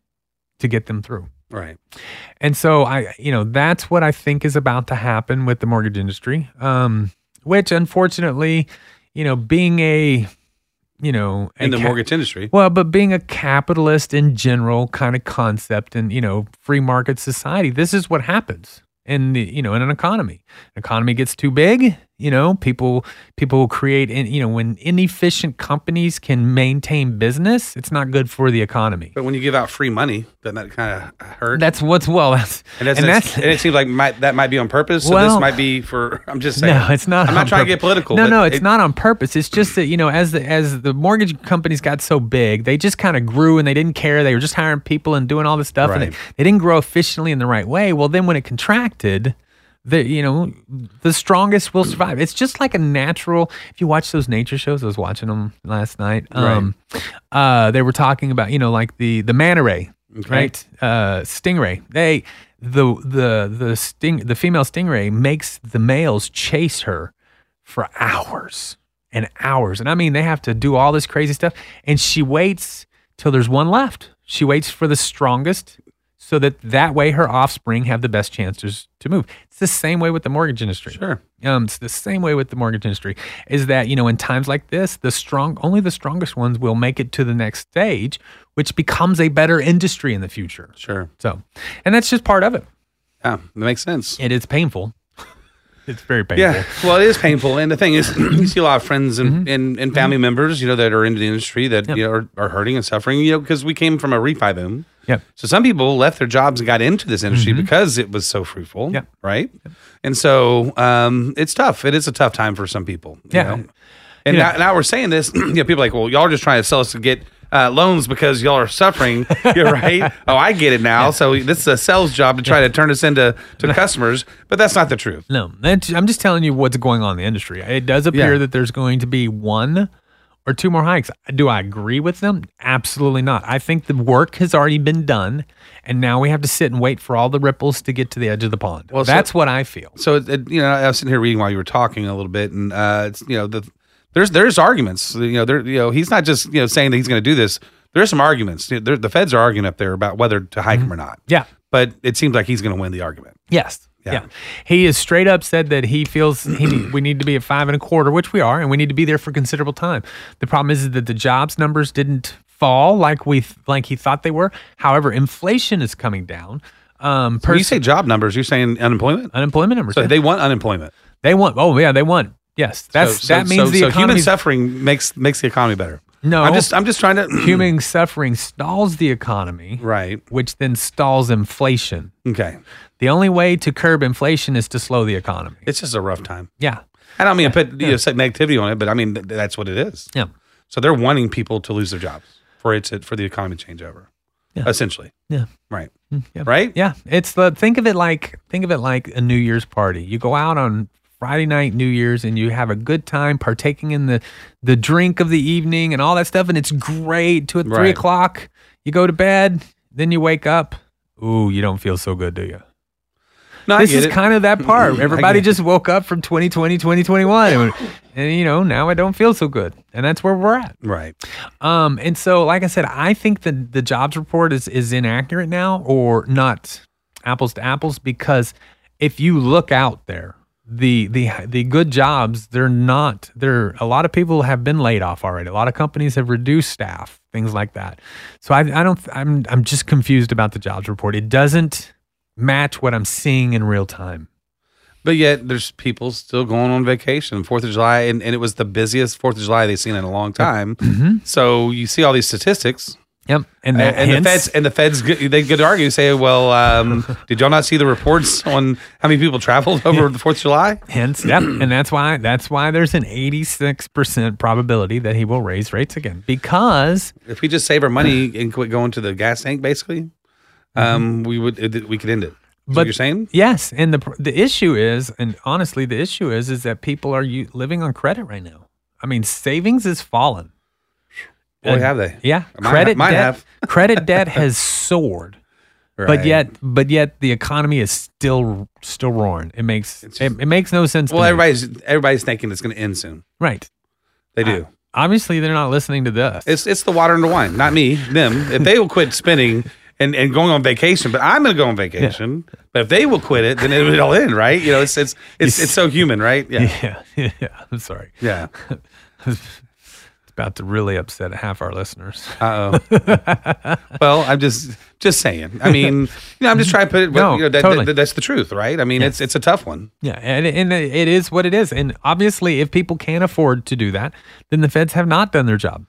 Speaker 1: to get them through.
Speaker 2: Right.
Speaker 1: And so I, you know, that's what I think is about to happen with the mortgage industry. Um, which unfortunately, you know, being a, you know, a
Speaker 2: In the
Speaker 1: ca-
Speaker 2: mortgage industry.
Speaker 1: well, but being a capitalist in general kind of concept and, you know, free market society, this is what happens in the, you know, in an economy. An economy gets too big, you know, people people create in, you know, when inefficient companies can maintain business, it's not good for the economy.
Speaker 2: But when you give out free money, doesn't that kind of hurt?
Speaker 1: That's what's well. That's,
Speaker 2: and, that's, and it seems like might, that might be on purpose. So
Speaker 1: Well-
Speaker 2: this might be for. I'm just saying.
Speaker 1: No, it's not.
Speaker 2: I'm not
Speaker 1: on
Speaker 2: trying to
Speaker 1: purpose.
Speaker 2: get political.
Speaker 1: No,
Speaker 2: but
Speaker 1: no, it's
Speaker 2: it-
Speaker 1: not on purpose. It's just that you know, as the as the mortgage companies got so big, they just kind of grew and they didn't care. They were just hiring people and doing all this stuff, and
Speaker 2: Right.
Speaker 1: they, they didn't grow efficiently in the right way. Well, then when it contracted. The you know the strongest will survive. It's just like a natural. If you watch those nature shows, I was watching them last night. Um, uh, they were talking about you know like the the manta ray, right? Uh, stingray. They the the the sting the female stingray makes the males chase her for hours and hours. And I mean, they have to do all this crazy stuff. And she waits till there's one left. She waits for the strongest so that that way her offspring have the best chances to move. It's the same way with the mortgage industry.
Speaker 2: Sure.
Speaker 1: Um, it's the same way with the mortgage industry is that, you know, in times like this, the strong, only the strongest ones will make it to the next stage, which becomes a better industry in the future.
Speaker 2: Sure.
Speaker 1: So, and that's just part of it.
Speaker 2: Yeah, that makes sense.
Speaker 1: It is painful. it's very painful.
Speaker 2: Yeah. Well, it is painful, and the thing is, you see a lot of friends and,
Speaker 1: Mm-hmm.
Speaker 2: and, and family members, you know, that are in the industry that you know are, are hurting and suffering, you know, because we came from a refi boom.
Speaker 1: Yep. Mm-hmm.
Speaker 2: So some people left their jobs and got into this industry because it was so fruitful.
Speaker 1: Yep.
Speaker 2: Right. And so um, it's tough. It is a tough time for some people. you
Speaker 1: Yeah.
Speaker 2: know? And
Speaker 1: Yeah.
Speaker 2: now, now we're saying this, you know, people are like, well, y'all are just trying to sell us to get uh, loans because y'all are suffering. You're right. Oh, I get it now. So this is a sales job to try to turn us into to customers, but that's not the truth.
Speaker 1: No, that's, I'm just telling you what's going on in the industry. It does appear
Speaker 2: Yeah.
Speaker 1: that there's going to be one or two more hikes. Do I agree with them? Absolutely not. I think the work has already been done, and now we have to sit and wait for all the ripples to get to the edge of the pond. Well,
Speaker 2: so-
Speaker 1: that's what I feel.
Speaker 2: so it, it, you know, I was sitting here reading while you were talking a little bit, and uh, it's you know, the there's there's arguments. You know, there you know, he's not just you know saying that he's going to do this. There's some arguments. You know, There, the feds are arguing up there about whether to hike him or not.
Speaker 1: Yeah.
Speaker 2: but it seems like he's going to win the argument.
Speaker 1: Yes.
Speaker 2: Yeah.
Speaker 1: Yeah. He has straight up said that he feels he need, we need to be at five and a quarter, which we are, and we need to be there for considerable time. The problem is that the jobs numbers didn't fall like we th- like he thought they were. However, inflation is coming down. Um,
Speaker 2: When you
Speaker 1: pers-
Speaker 2: say job numbers, you're saying unemployment.
Speaker 1: unemployment numbers.
Speaker 2: So
Speaker 1: yeah.
Speaker 2: they want unemployment.
Speaker 1: They want. Oh yeah, they want. Yes, that's
Speaker 2: so, so-
Speaker 1: that means
Speaker 2: so,
Speaker 1: the
Speaker 2: so human
Speaker 1: economy's-
Speaker 2: suffering makes makes the economy better.
Speaker 1: No.
Speaker 2: I'm just I'm just trying to
Speaker 1: human suffering stalls the economy,
Speaker 2: right.
Speaker 1: which then stalls inflation.
Speaker 2: Okay,
Speaker 1: The only way to curb inflation is to slow the economy.
Speaker 2: it's just a rough time.
Speaker 1: Yeah,
Speaker 2: I don't mean to put you know, set negativity on it, but I mean th- that's what it is.
Speaker 1: yeah,
Speaker 2: So they're wanting people to lose their jobs for it to, for the economy to change over,
Speaker 1: Yeah.
Speaker 2: essentially.
Speaker 1: yeah.
Speaker 2: Right.
Speaker 1: yeah.
Speaker 2: Right?
Speaker 1: Yeah, it's the think of it like think of it like a New Year's party. You go out on Friday night, New Year's, and you have a good time partaking in the the drink of the evening and all that stuff, and it's great. Two at three
Speaker 2: Right.
Speaker 1: o'clock, you go to bed, then you wake up. Ooh, you don't feel so good, do you?
Speaker 2: No,
Speaker 1: this is kind of that part.
Speaker 2: I
Speaker 1: Everybody
Speaker 2: get it.
Speaker 1: just woke up from 2020, 2021. And, and, you know, now I don't feel so good. And that's where we're at.
Speaker 2: right.
Speaker 1: Um, and so, like I said, I think that the jobs report is, is inaccurate now or not apples to apples because if you look out there, the, the the good jobs they're not they're a lot of people have been laid off already a lot of companies have reduced staff things like that so i, I don't i'm i'm just confused about the jobs report it doesn't match what i'm seeing in real time
Speaker 2: But yet, there's people still going on vacation. Fourth of July,
Speaker 1: Mm-hmm.
Speaker 2: and, and it was the busiest Fourth of July they've seen in a long time. So you see all these statistics,
Speaker 1: Yep. And, that
Speaker 2: and
Speaker 1: Uh, hence-
Speaker 2: the feds and the feds g- they could argue say, well, um, did y'all not see the reports on how many people traveled over the Fourth of July?
Speaker 1: Hence, yep, and that's why that's why there's an 86% probability that he will raise rates again because
Speaker 2: If we just save our money and quit going to the gas tank, basically, um, we would it, we could end it. Is what
Speaker 1: Mm-hmm. But-
Speaker 2: you're saying?
Speaker 1: yes, and the pr- the issue is, and honestly, the issue is, is that people are you living on credit right now. I mean, savings is fallen.
Speaker 2: Boy,
Speaker 1: And-
Speaker 2: have they?
Speaker 1: Yeah,
Speaker 2: Mine-
Speaker 1: credit
Speaker 2: mine
Speaker 1: debt,
Speaker 2: have.
Speaker 1: credit debt has soared,
Speaker 2: Right.
Speaker 1: but yet, but yet the economy is still still roaring. It makes it, it makes no sense. to
Speaker 2: well,
Speaker 1: me.
Speaker 2: everybody's everybody's thinking it's going to end soon.
Speaker 1: right.
Speaker 2: They do.
Speaker 1: Ah. Obviously, they're not listening to this.
Speaker 2: It's it's the water and the wine, not me, them. If they will quit spinning and, and going on vacation, but I'm going to go on vacation. But if they will quit it, then it would all end, right? You know, it's it's it's, it's so human, right? Yeah.
Speaker 1: yeah, yeah, I'm sorry.
Speaker 2: Yeah.
Speaker 1: it's about to really upset half our listeners.
Speaker 2: Uh oh. well, I'm just just saying. I mean, you know, I'm just trying to put it.
Speaker 1: No,
Speaker 2: you know, that,
Speaker 1: totally.
Speaker 2: that- that's the truth, right? I mean, it's it's a tough one.
Speaker 1: yeah, and, and it is what it is. And obviously, if people can't afford to do that, then the feds have not done their job.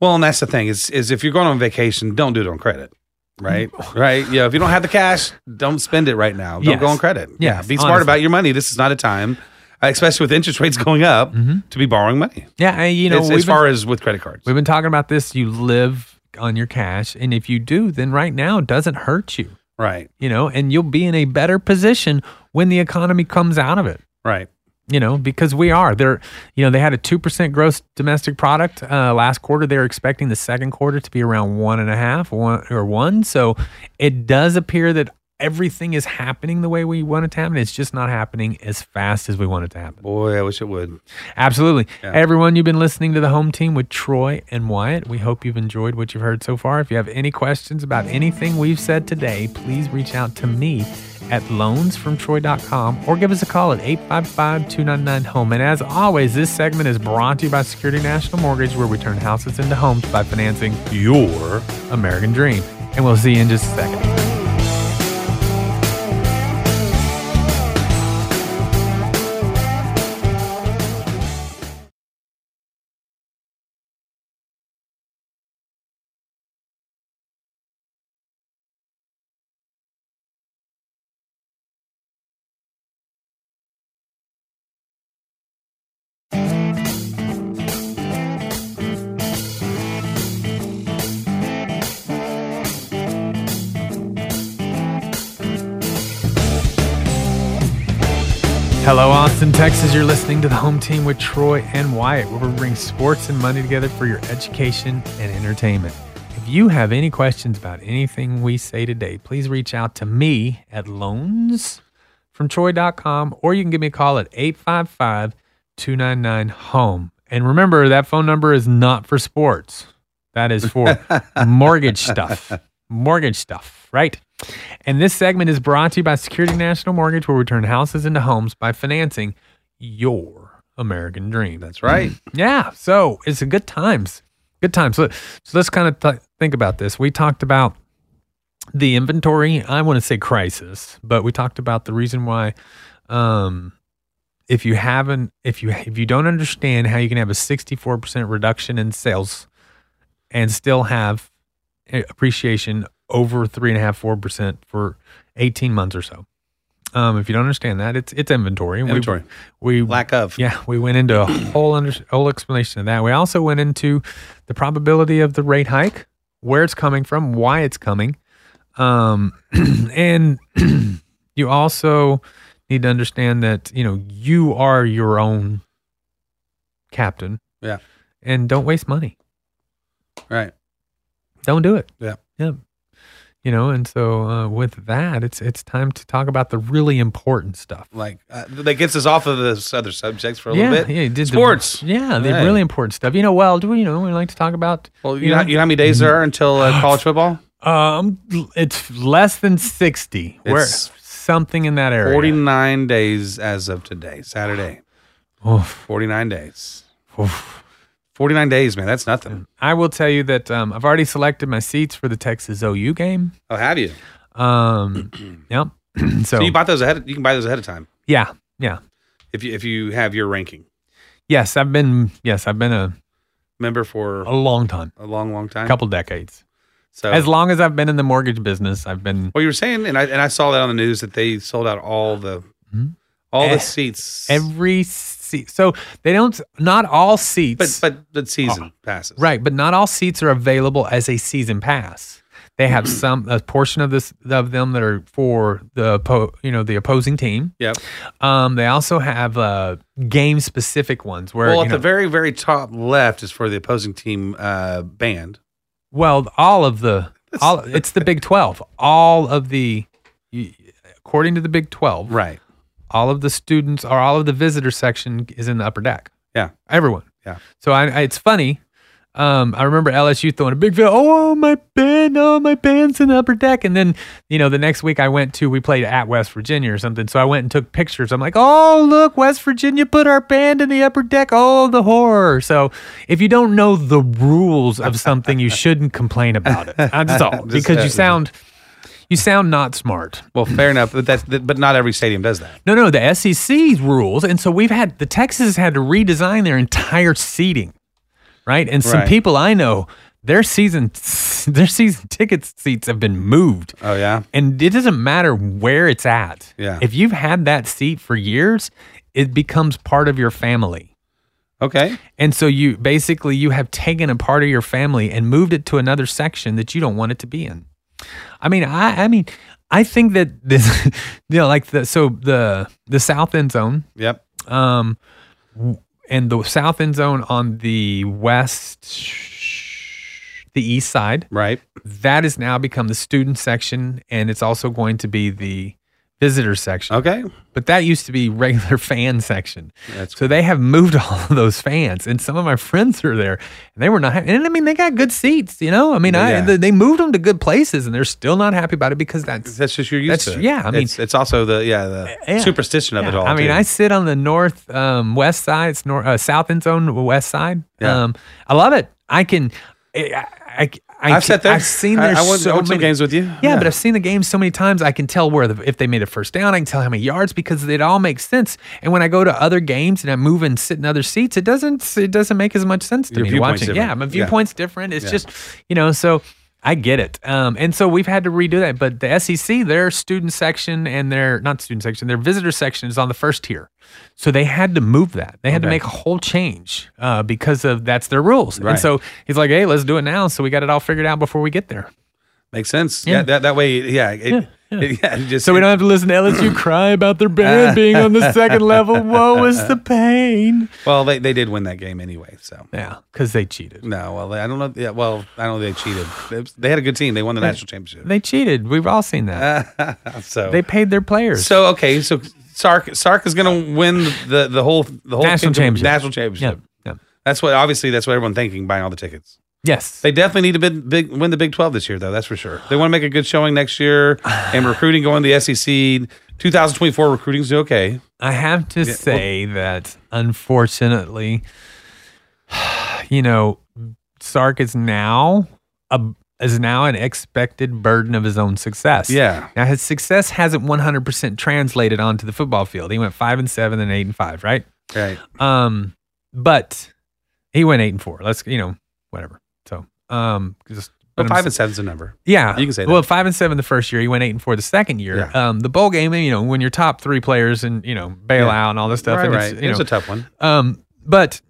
Speaker 2: Well, and that's the thing is is if you're going on vacation, don't do it on credit. Right, right. Yeah, if you don't have the cash, don't spend it right now. Don't
Speaker 1: Yes.
Speaker 2: go on credit. yeah,
Speaker 1: Yes,
Speaker 2: be smart
Speaker 1: honestly.
Speaker 2: about your money. This is not a time, uh, especially with interest rates going up, to be borrowing money.
Speaker 1: Yeah, and, Mm-hmm. you know,
Speaker 2: as,
Speaker 1: we've,
Speaker 2: as
Speaker 1: been,
Speaker 2: far as with credit cards.
Speaker 1: we've been talking about this. You live on your cash, and if you do, then right now it doesn't hurt you.
Speaker 2: Right,
Speaker 1: You know, and you'll be in a better position when the economy comes out of it.
Speaker 2: right.
Speaker 1: you know, because we are. They're, you know, they had a two percent gross domestic product uh, last quarter. They're expecting the second quarter to be around one and a half, one or one. So it does appear that everything is happening the way we want it to happen. It's just not happening as fast as we want it to happen.
Speaker 2: Boy, I wish it would.
Speaker 1: Absolutely. Everyone, you've been listening to the home team with Troy and Wyatt. We hope you've enjoyed what you've heard so far. If you have any questions about anything we've said today, please reach out to me at loansfromtroy.com or give us a call at 855 299 Home. E. And as always, this segment is brought to you by Security National Mortgage, where we turn houses into homes by financing your American dream. And we'll see you in just a second. Hello, Austin, Texas. You're listening to the home team with Troy and Wyatt, where we bring sports and money together for your education and entertainment. If you have any questions about anything we say today, please reach out to me at loansfromtroy.com or you can give me a call at 855 299 home. And remember, that phone number is not for sports, that is for mortgage stuff. Mortgage stuff, right? And this segment is brought to you by Security National Mortgage, where we turn houses into homes by financing your American dream.
Speaker 2: That's right.
Speaker 1: Yeah. So it's a good times. Good times. So, so let's kind of th- think about this. We talked about the inventory, I want to say crisis, but we talked about the reason why um, if you haven't if you if you don't understand how you can have a 64% reduction in sales and still have a- appreciation over three and a half four percent for 18 months or so um, if you don't understand that it's it's inventory We-
Speaker 2: Inventory.
Speaker 1: we,
Speaker 2: Lack of.
Speaker 1: yeah we went into a whole under, whole explanation of that we also went into the probability of the rate hike where it's coming from why it's coming um, and you also need to understand that you know you are your own captain
Speaker 2: Yeah.
Speaker 1: and don't waste money
Speaker 2: Right.
Speaker 1: don't do it
Speaker 2: Yeah.
Speaker 1: yeah you know and so uh, with that it's it's time to talk about the really important stuff
Speaker 2: Like uh, that gets us off of this other subjects for a
Speaker 1: yeah,
Speaker 2: little bit.
Speaker 1: yeah, you did the-
Speaker 2: Sports.
Speaker 1: yeah, the
Speaker 2: Hey.
Speaker 1: really important stuff. You know, well, do we, you know, we like to talk about.
Speaker 2: Well, you know, you know how many days there are until
Speaker 1: Mm.
Speaker 2: uh, college football?
Speaker 1: um, it's less than sixty. Where
Speaker 2: It's
Speaker 1: something in that area.
Speaker 2: 49 days as of today, Saturday.
Speaker 1: Oof,
Speaker 2: 49 days.
Speaker 1: oof.
Speaker 2: 49 days, man. That's nothing.
Speaker 1: I will tell you that um, I've already selected my seats for the Texas OU game.
Speaker 2: Oh, have you?
Speaker 1: Um, yep. so
Speaker 2: So you bought those ahead. You can buy those ahead of time
Speaker 1: yeah, yeah,
Speaker 2: if you if you have your ranking.
Speaker 1: yes. I've been yes, I've been a
Speaker 2: Remember for
Speaker 1: a long time,
Speaker 2: a long, long time.
Speaker 1: a Oh. couple decades.
Speaker 2: So
Speaker 1: As long as I've been in the mortgage business, I've been
Speaker 2: Well, you were saying, and I and I saw that on the news that they sold out all the all
Speaker 1: Eh,
Speaker 2: the seats,
Speaker 1: every seat. So they don't, not all seats.
Speaker 2: but but but season passes,
Speaker 1: Oh. Right, but not all seats are available as a season pass. They have some a portion of this of them that are for the po, you know the opposing team.
Speaker 2: Yep.
Speaker 1: Um, they also have uh, game specific ones where
Speaker 2: Well,
Speaker 1: you
Speaker 2: at
Speaker 1: know-
Speaker 2: the very very top left is for the opposing team uh, band.
Speaker 1: well all of the all it's the Big Twelve. All of the you- according to the Big Twelve,
Speaker 2: Right.
Speaker 1: all of the students or all of the visitor section is in the upper deck.
Speaker 2: Yeah.
Speaker 1: Everyone.
Speaker 2: Yeah.
Speaker 1: So I, I it's funny. Um, I remember LSU throwing a big fit. Oh, my band! Oh, my band's in the upper deck. And then, you know, the next week I went to we played at West Virginia or something. So I went and took pictures. I'm like, oh, look, West Virginia put our band in the upper deck. Oh, the horror! So if you don't know the rules of something, you shouldn't complain about it. That's all
Speaker 2: Just-
Speaker 1: because you sound you sound not smart.
Speaker 2: Well, fair enough, but that's but not every stadium does that.
Speaker 1: No, no, the SEC's rules. And so we've had the Texas had to redesign their entire seating, right? And some
Speaker 2: Right.
Speaker 1: people I know, their season their season ticket seats have been moved.
Speaker 2: Oh yeah,
Speaker 1: And it doesn't matter where it's at.
Speaker 2: Yeah.
Speaker 1: If you've had that seat for years, it becomes part of your family.
Speaker 2: okay.
Speaker 1: And so you basically you have taken a part of your family and moved it to another section that you don't want it to be in. I mean, I I mean, I think that this you know, like the so the the south end zone
Speaker 2: Yep.
Speaker 1: um w- and the south end zone on the west sh- the east side
Speaker 2: Right.
Speaker 1: that has now become the student section and it's also going to be the visitor section
Speaker 2: Okay.
Speaker 1: but that used to be regular fan section
Speaker 2: That's
Speaker 1: so they have moved all of those fans, and some of my friends are there, and they were not. happy. And I mean, they got good seats, you know. I mean, I,
Speaker 2: Yeah.
Speaker 1: they, they moved them to good places, and they're still not happy about it because that's.
Speaker 2: that's just you're used
Speaker 1: That's-
Speaker 2: to. It.
Speaker 1: yeah, I mean- Uh,
Speaker 2: it's, it's also the yeah the
Speaker 1: Yeah.
Speaker 2: superstition of it
Speaker 1: Yeah.
Speaker 2: all.
Speaker 1: I mean,
Speaker 2: too.
Speaker 1: I sit on the north um, west side, it's north uh, south end zone west side.
Speaker 2: Yeah.
Speaker 1: Um, I love it. I can. I, I, I
Speaker 2: I've sat there.
Speaker 1: I've seen
Speaker 2: I-
Speaker 1: there's
Speaker 2: I went,
Speaker 1: so
Speaker 2: I went to
Speaker 1: many
Speaker 2: games with you.
Speaker 1: Yeah, but I've seen the game so many times. I can tell where the, if they made a first down. I can tell how many yards because it all makes sense. And when I go to other games and I move and sit in other seats, it doesn't it doesn't make as much sense to
Speaker 2: Your
Speaker 1: me
Speaker 2: viewpoint's
Speaker 1: watching. Yeah,
Speaker 2: different.
Speaker 1: my
Speaker 2: Yeah.
Speaker 1: viewpoint's different. It's
Speaker 2: Yeah.
Speaker 1: just you know so. I get it, um, and so we've had to redo that. But the SEC, their student section and their not student section, their visitor section is on the first tier, so they had to move that. They had to
Speaker 2: Okay.
Speaker 1: make a whole change uh, because of that's their rules. And
Speaker 2: Right.
Speaker 1: so he's like, "Hey, let's do it now." So we got it all figured out before we get there.
Speaker 2: makes sense.
Speaker 1: Yeah.
Speaker 2: Yeah. that that way. Yeah. It, yeah. It, yeah it just,
Speaker 1: So we don't have to listen to LSU cry about their band being on the second level. Woe is the pain.
Speaker 2: Well, they, they did win that game anyway. So
Speaker 1: Yeah, because they cheated.
Speaker 2: no, well, they, I don't know. Yeah, well, I don't know. They cheated. They, they had a good team. They won the national championship.
Speaker 1: They cheated. We've all seen that.
Speaker 2: so
Speaker 1: they paid their players.
Speaker 2: Oh. so okay. So Sark Sark is going to win the the whole the whole
Speaker 1: National
Speaker 2: thing-
Speaker 1: championship.
Speaker 2: National championship.
Speaker 1: yeah, yeah.
Speaker 2: That's what obviously that's what everyone thinking buying all the tickets.
Speaker 1: Yes.
Speaker 2: They definitely need to bid, big, win the Big Twelve this year though. That's for sure. They want to make a good showing next year and recruiting going to the E SEC. 2024 recruiting's okay.
Speaker 1: I have to
Speaker 2: well-
Speaker 1: say that unfortunately, you know, Sark is now a is now an expected burden of his own success.
Speaker 2: Yeah.
Speaker 1: Now his success hasn't 100% translated onto the football field. He went 5 and 7 and 8 and 5, right?
Speaker 2: Right.
Speaker 1: Um, but he went eight and four. Let's you know whatever. So um, just
Speaker 2: But
Speaker 1: I'm
Speaker 2: five
Speaker 1: s-
Speaker 2: and seven's a number.
Speaker 1: yeah,
Speaker 2: you can say that.
Speaker 1: well five and seven the first year. He went eight and four the second year. Um, the bowl game, you know, when your top three players and you know bail
Speaker 2: Yeah.
Speaker 1: out and all this stuff.
Speaker 2: Right,
Speaker 1: and
Speaker 2: right.
Speaker 1: It's,
Speaker 2: It
Speaker 1: you
Speaker 2: was
Speaker 1: know,
Speaker 2: a tough one.
Speaker 1: um, but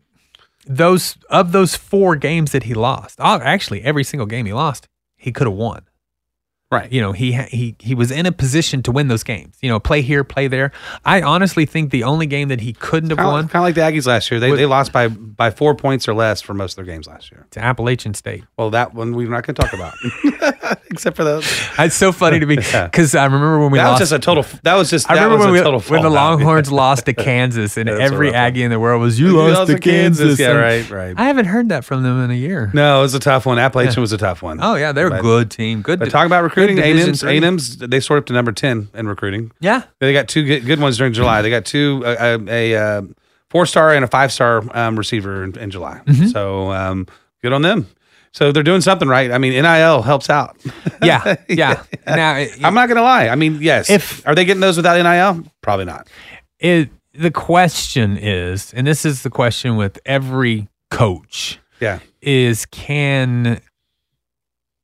Speaker 1: those of those four games that he lost, oh, actually every single game he lost, he could have won
Speaker 2: Right.
Speaker 1: you know he ha- he he was in a position to win those games you know play here play there i honestly think the only game that he couldn't have won
Speaker 2: Kind of like the Aggies last year. They,
Speaker 1: With-
Speaker 2: they lost by by four points or less for most of their games last year.
Speaker 1: to appalachian state
Speaker 2: Well, that one we're not going to talk about, except for those.
Speaker 1: It's so funny to me
Speaker 2: Yeah.
Speaker 1: because I remember when we
Speaker 2: That
Speaker 1: lost.
Speaker 2: was just a total. That was just.
Speaker 1: I
Speaker 2: That
Speaker 1: remember
Speaker 2: was
Speaker 1: when,
Speaker 2: a
Speaker 1: we,
Speaker 2: total
Speaker 1: when the
Speaker 2: fallout.
Speaker 1: Longhorns lost to Kansas, and
Speaker 2: That's a
Speaker 1: every
Speaker 2: rough one.
Speaker 1: Aggie in the world was, "You, lost, to Kansas."
Speaker 2: Yeah,
Speaker 1: And
Speaker 2: right, right.
Speaker 1: I haven't heard that from them in a year.
Speaker 2: No, it was a tough one. Appalachian was a tough one.
Speaker 1: Oh yeah, they're a
Speaker 2: But-
Speaker 1: good team. Good.
Speaker 2: But
Speaker 1: di-
Speaker 2: talking about recruiting,
Speaker 1: good Division
Speaker 2: A&M's,
Speaker 1: three.
Speaker 2: A&M's, they soared up to number ten in recruiting.
Speaker 1: Yeah,
Speaker 2: They got two good, good ones during July. They got two a, a, a four star and a five star um, receiver in, in July.
Speaker 1: Mm-hmm.
Speaker 2: So um, good on them. So they're doing something right. I mean, NIL helps out.
Speaker 1: yeah, yeah. Now it,
Speaker 2: I'm not gonna lie. I mean, yes.
Speaker 1: If-
Speaker 2: are they getting those without NIL? Probably not.
Speaker 1: it- the question is, and this is the question with every coach:
Speaker 2: Yeah.
Speaker 1: is can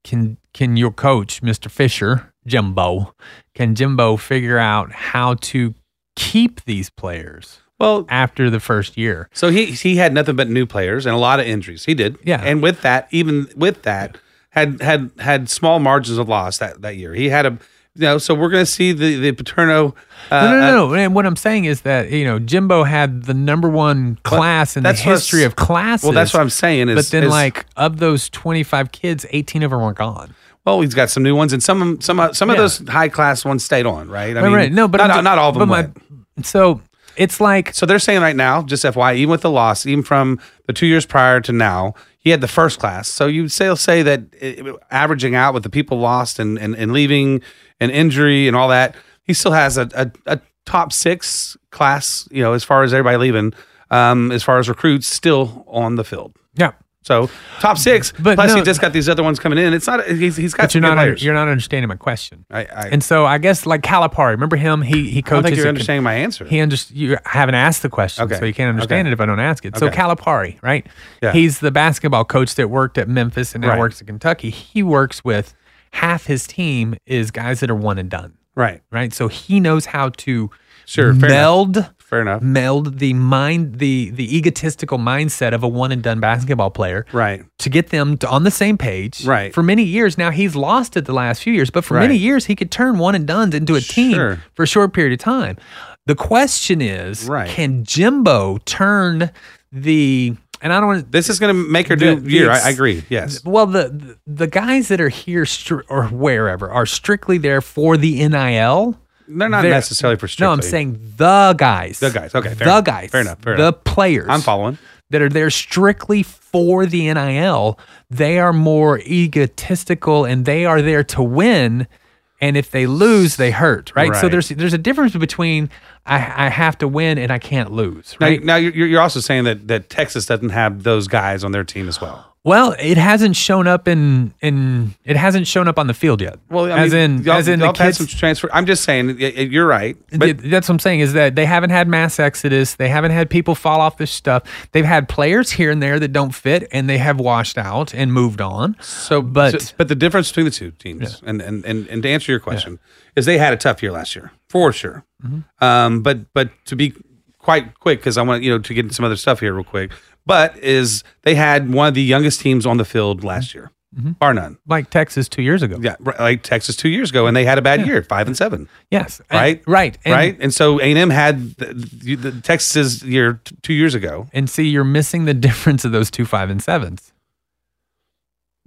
Speaker 1: can can your coach, Mr. Fisher, Jimbo, can Jimbo figure out how to keep these players
Speaker 2: Well,
Speaker 1: after the first year?
Speaker 2: so he he had nothing but new players and a lot of injuries. He did.
Speaker 1: Yeah.
Speaker 2: And with that, even with that, had had had small margins of loss that that year. He had a you know, so we're going to see the the Paterno. Uh,
Speaker 1: No, no,
Speaker 2: uh,
Speaker 1: no, no. And what I'm saying is that you know Jimbo had the number one class in the
Speaker 2: that's what I was-
Speaker 1: history of classes.
Speaker 2: well, that's what I'm saying. Is,
Speaker 1: but then,
Speaker 2: is-
Speaker 1: like of those 25 kids, 18 of them were gone.
Speaker 2: well, Oh, he's got some new ones, and some of 'em- some of- some of
Speaker 1: Yeah.
Speaker 2: those high class ones stayed on, right? I
Speaker 1: right, right. No, but
Speaker 2: not,
Speaker 1: I'm ju-
Speaker 2: not all of them.
Speaker 1: but my-
Speaker 2: went.
Speaker 1: so it's like
Speaker 2: So they're saying right now, just FYI, even with the loss, even from the two years prior to now, he had the first class. So you still say that uh, averaging out with the people lost and, and, and leaving and injury and all that, he still has a, a, a top six class, you know, as far as everybody leaving, um, as far as recruits still on the field.
Speaker 1: yeah.
Speaker 2: So top six,
Speaker 1: But
Speaker 2: plus
Speaker 1: no-
Speaker 2: he just got these other ones coming in. It's not, he's, he's got
Speaker 1: But you're
Speaker 2: some good
Speaker 1: not under,
Speaker 2: players.
Speaker 1: you're not understanding my question.
Speaker 2: I, I,
Speaker 1: And so I guess like Calipari, remember him? He he
Speaker 2: I don't
Speaker 1: coaches.
Speaker 2: think you're
Speaker 1: at-
Speaker 2: understanding my answer.
Speaker 1: He under, you haven't asked the question,
Speaker 2: Okay.
Speaker 1: so you can't understand it
Speaker 2: Okay.
Speaker 1: if I don't ask it. So
Speaker 2: Okay.
Speaker 1: Calipari, right?
Speaker 2: Yeah.
Speaker 1: He's the basketball coach that worked at Memphis and now
Speaker 2: Right.
Speaker 1: works at Kentucky. He works with half his team is guys that are one and done,
Speaker 2: right.
Speaker 1: right? So he knows how to
Speaker 2: Sure. Fair enough.
Speaker 1: meld
Speaker 2: Fair enough.
Speaker 1: meld the mind the the egotistical mindset of a one and done basketball player
Speaker 2: Right.
Speaker 1: to get them to, on the same page.
Speaker 2: Right.
Speaker 1: For many years now, he's lost it the last few years, but for
Speaker 2: Right.
Speaker 1: many years, he could turn one and done into a team
Speaker 2: Sure.
Speaker 1: for a short period of time. The question is,
Speaker 2: Right.
Speaker 1: can Jimbo turn the and I don't want
Speaker 2: This is going to make her
Speaker 1: The-
Speaker 2: do
Speaker 1: the
Speaker 2: year.
Speaker 1: ex-
Speaker 2: I, I agree. Yes.
Speaker 1: well, the the- the guys that are here stri- or wherever are strictly there for the NIL.
Speaker 2: They're not
Speaker 1: They're-
Speaker 2: necessarily for strictly.
Speaker 1: No, I'm saying the guys.
Speaker 2: The guys. Okay, fair
Speaker 1: the
Speaker 2: enough.
Speaker 1: guys.
Speaker 2: Fair enough, fair
Speaker 1: the
Speaker 2: enough.
Speaker 1: players.
Speaker 2: I'm following.
Speaker 1: that are there strictly for the NIL, they are more egotistical and they are there to win. And if they lose, they hurt, right? So
Speaker 2: Right.
Speaker 1: there's there's a difference between I, I have to win and I can't lose,
Speaker 2: Now,
Speaker 1: right?
Speaker 2: now you're, you're also saying that, that Texas doesn't have those guys on their team as well.
Speaker 1: well, it hasn't shown up in in it hasn't shown up on the field yet. as in
Speaker 2: y'all,
Speaker 1: as in the
Speaker 2: y'all had
Speaker 1: kids,
Speaker 2: some transfer. I'm just saying, y- y- you're right.
Speaker 1: Yeah,
Speaker 2: But
Speaker 1: that's what I'm saying is that they haven't had mass exodus. They haven't had people fall off this stuff. They've had players here and there that don't fit, and they have washed out and moved on. So, but
Speaker 2: so- but the difference between the two teams, and, and and and to answer your question, is they had a tough year last year for sure.
Speaker 1: Mm-hmm.
Speaker 2: Um, but but to be quite quick, because I want you know to get into some other stuff here real quick. But is they had one of the youngest teams on the field last year,
Speaker 1: Mm-hmm.
Speaker 2: bar none.
Speaker 1: like Texas two years ago,
Speaker 2: Yeah, right, like Texas two years ago, and they had a bad year, five and seven.
Speaker 1: yes, And-
Speaker 2: right?
Speaker 1: right, and,
Speaker 2: right. And so A and M had the, the, the Texas's year t- two years ago.
Speaker 1: And see, you're missing the difference of those two five and sevens,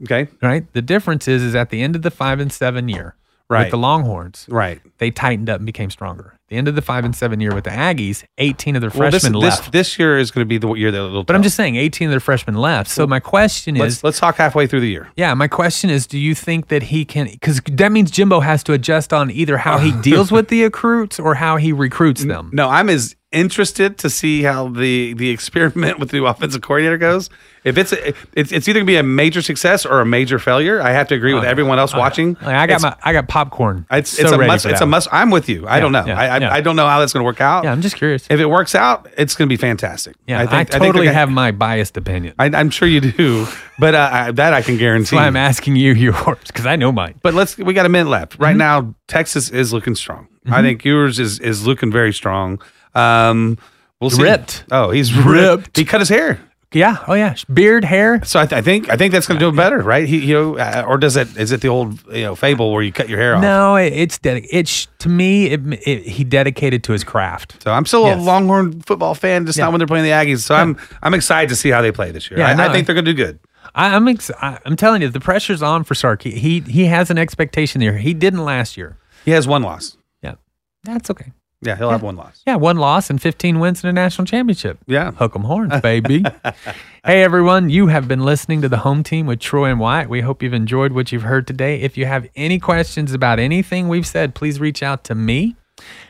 Speaker 2: Okay,
Speaker 1: right? The difference is, is at the end of the five and seven year
Speaker 2: Right.
Speaker 1: with the Longhorns,
Speaker 2: right.
Speaker 1: they tightened up and became stronger. The end of the five and seven year with the Aggies, 18 of their
Speaker 2: Well, this,
Speaker 1: freshmen
Speaker 2: this
Speaker 1: left.
Speaker 2: this year is going to be the year that it'll.
Speaker 1: but I'm
Speaker 2: tell.
Speaker 1: just saying, 18 of their freshmen left. So my question is,
Speaker 2: let's let's talk halfway through the year.
Speaker 1: Yeah, my question is, do you think that he can? Because that means Jimbo has to adjust on either how he deals with the recruits or how he recruits them.
Speaker 2: No, I'm as interested to see how the the experiment with the offensive coordinator goes. If it's a, it's it's either going to be a major success or a major failure. I have to agree with everyone else watching.
Speaker 1: Like, I got
Speaker 2: It's-
Speaker 1: my, I got popcorn.
Speaker 2: It's,
Speaker 1: So
Speaker 2: it's a
Speaker 1: ready
Speaker 2: must.
Speaker 1: for
Speaker 2: It's
Speaker 1: that
Speaker 2: a
Speaker 1: one.
Speaker 2: must. I'm with you. I
Speaker 1: Yeah,
Speaker 2: don't know.
Speaker 1: yeah,
Speaker 2: I I,
Speaker 1: yeah.
Speaker 2: I don't know how that's going to work out.
Speaker 1: Yeah, I'm just curious.
Speaker 2: if it works out, it's going to be fantastic.
Speaker 1: yeah, I,
Speaker 2: think- think
Speaker 1: totally
Speaker 2: they're gonna-
Speaker 1: have my biased opinion.
Speaker 2: I, I'm sure you do, but uh, I, that I can
Speaker 1: That's
Speaker 2: guarantee.
Speaker 1: why I'm asking you yours because I know mine.
Speaker 2: but let's we got a minute left
Speaker 1: Mm-hmm.
Speaker 2: right now. Texas is looking strong. I think yours is is looking very strong. Um, we'll see.
Speaker 1: Ripped.
Speaker 2: Oh, he's ripped.
Speaker 1: Ripped.
Speaker 2: He cut his hair,
Speaker 1: Yeah. Oh yeah. Beard, hair.
Speaker 2: so I, th- I think I think that's going to do him better, right? He, you know, uh, or does it? Is it the old you know fable where you cut your hair off?
Speaker 1: No, it, it's dedic It's to me. It, it, he dedicated to his craft.
Speaker 2: So I'm still
Speaker 1: Yes.
Speaker 2: a Longhorn football fan, just
Speaker 1: Yeah.
Speaker 2: not when they're playing the Aggies. So I'm I'm excited to see how they play this year.
Speaker 1: Yeah,
Speaker 2: I,
Speaker 1: no,
Speaker 2: I
Speaker 1: I-
Speaker 2: think they're going to do good.
Speaker 1: I, I'm ex- I, I'm telling you, the pressure's on for Sark. He, he he has an expectation there. He didn't last year.
Speaker 2: He has one loss.
Speaker 1: Yeah, that's okay.
Speaker 2: Yeah, he'll have one loss.
Speaker 1: Yeah, one loss and 15 wins in a national championship.
Speaker 2: Yeah.
Speaker 1: Hook 'em horns, baby. hey, everyone, you have been listening to The Home Team with Troy and Wyatt. We hope you've enjoyed what you've heard today. If you have any questions about anything we've said, please reach out to me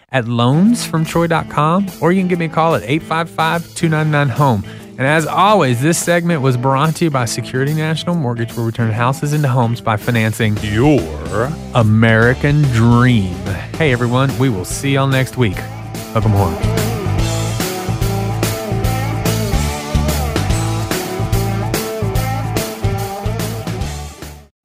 Speaker 1: at loansfromtroy.com or you can give me a call at 855 299 home. E. And as always, this segment was brought to you by Security National Mortgage, where we turn houses into homes by financing your American dream. Hey, everyone, we will see y'all next week. Hook 'em horns.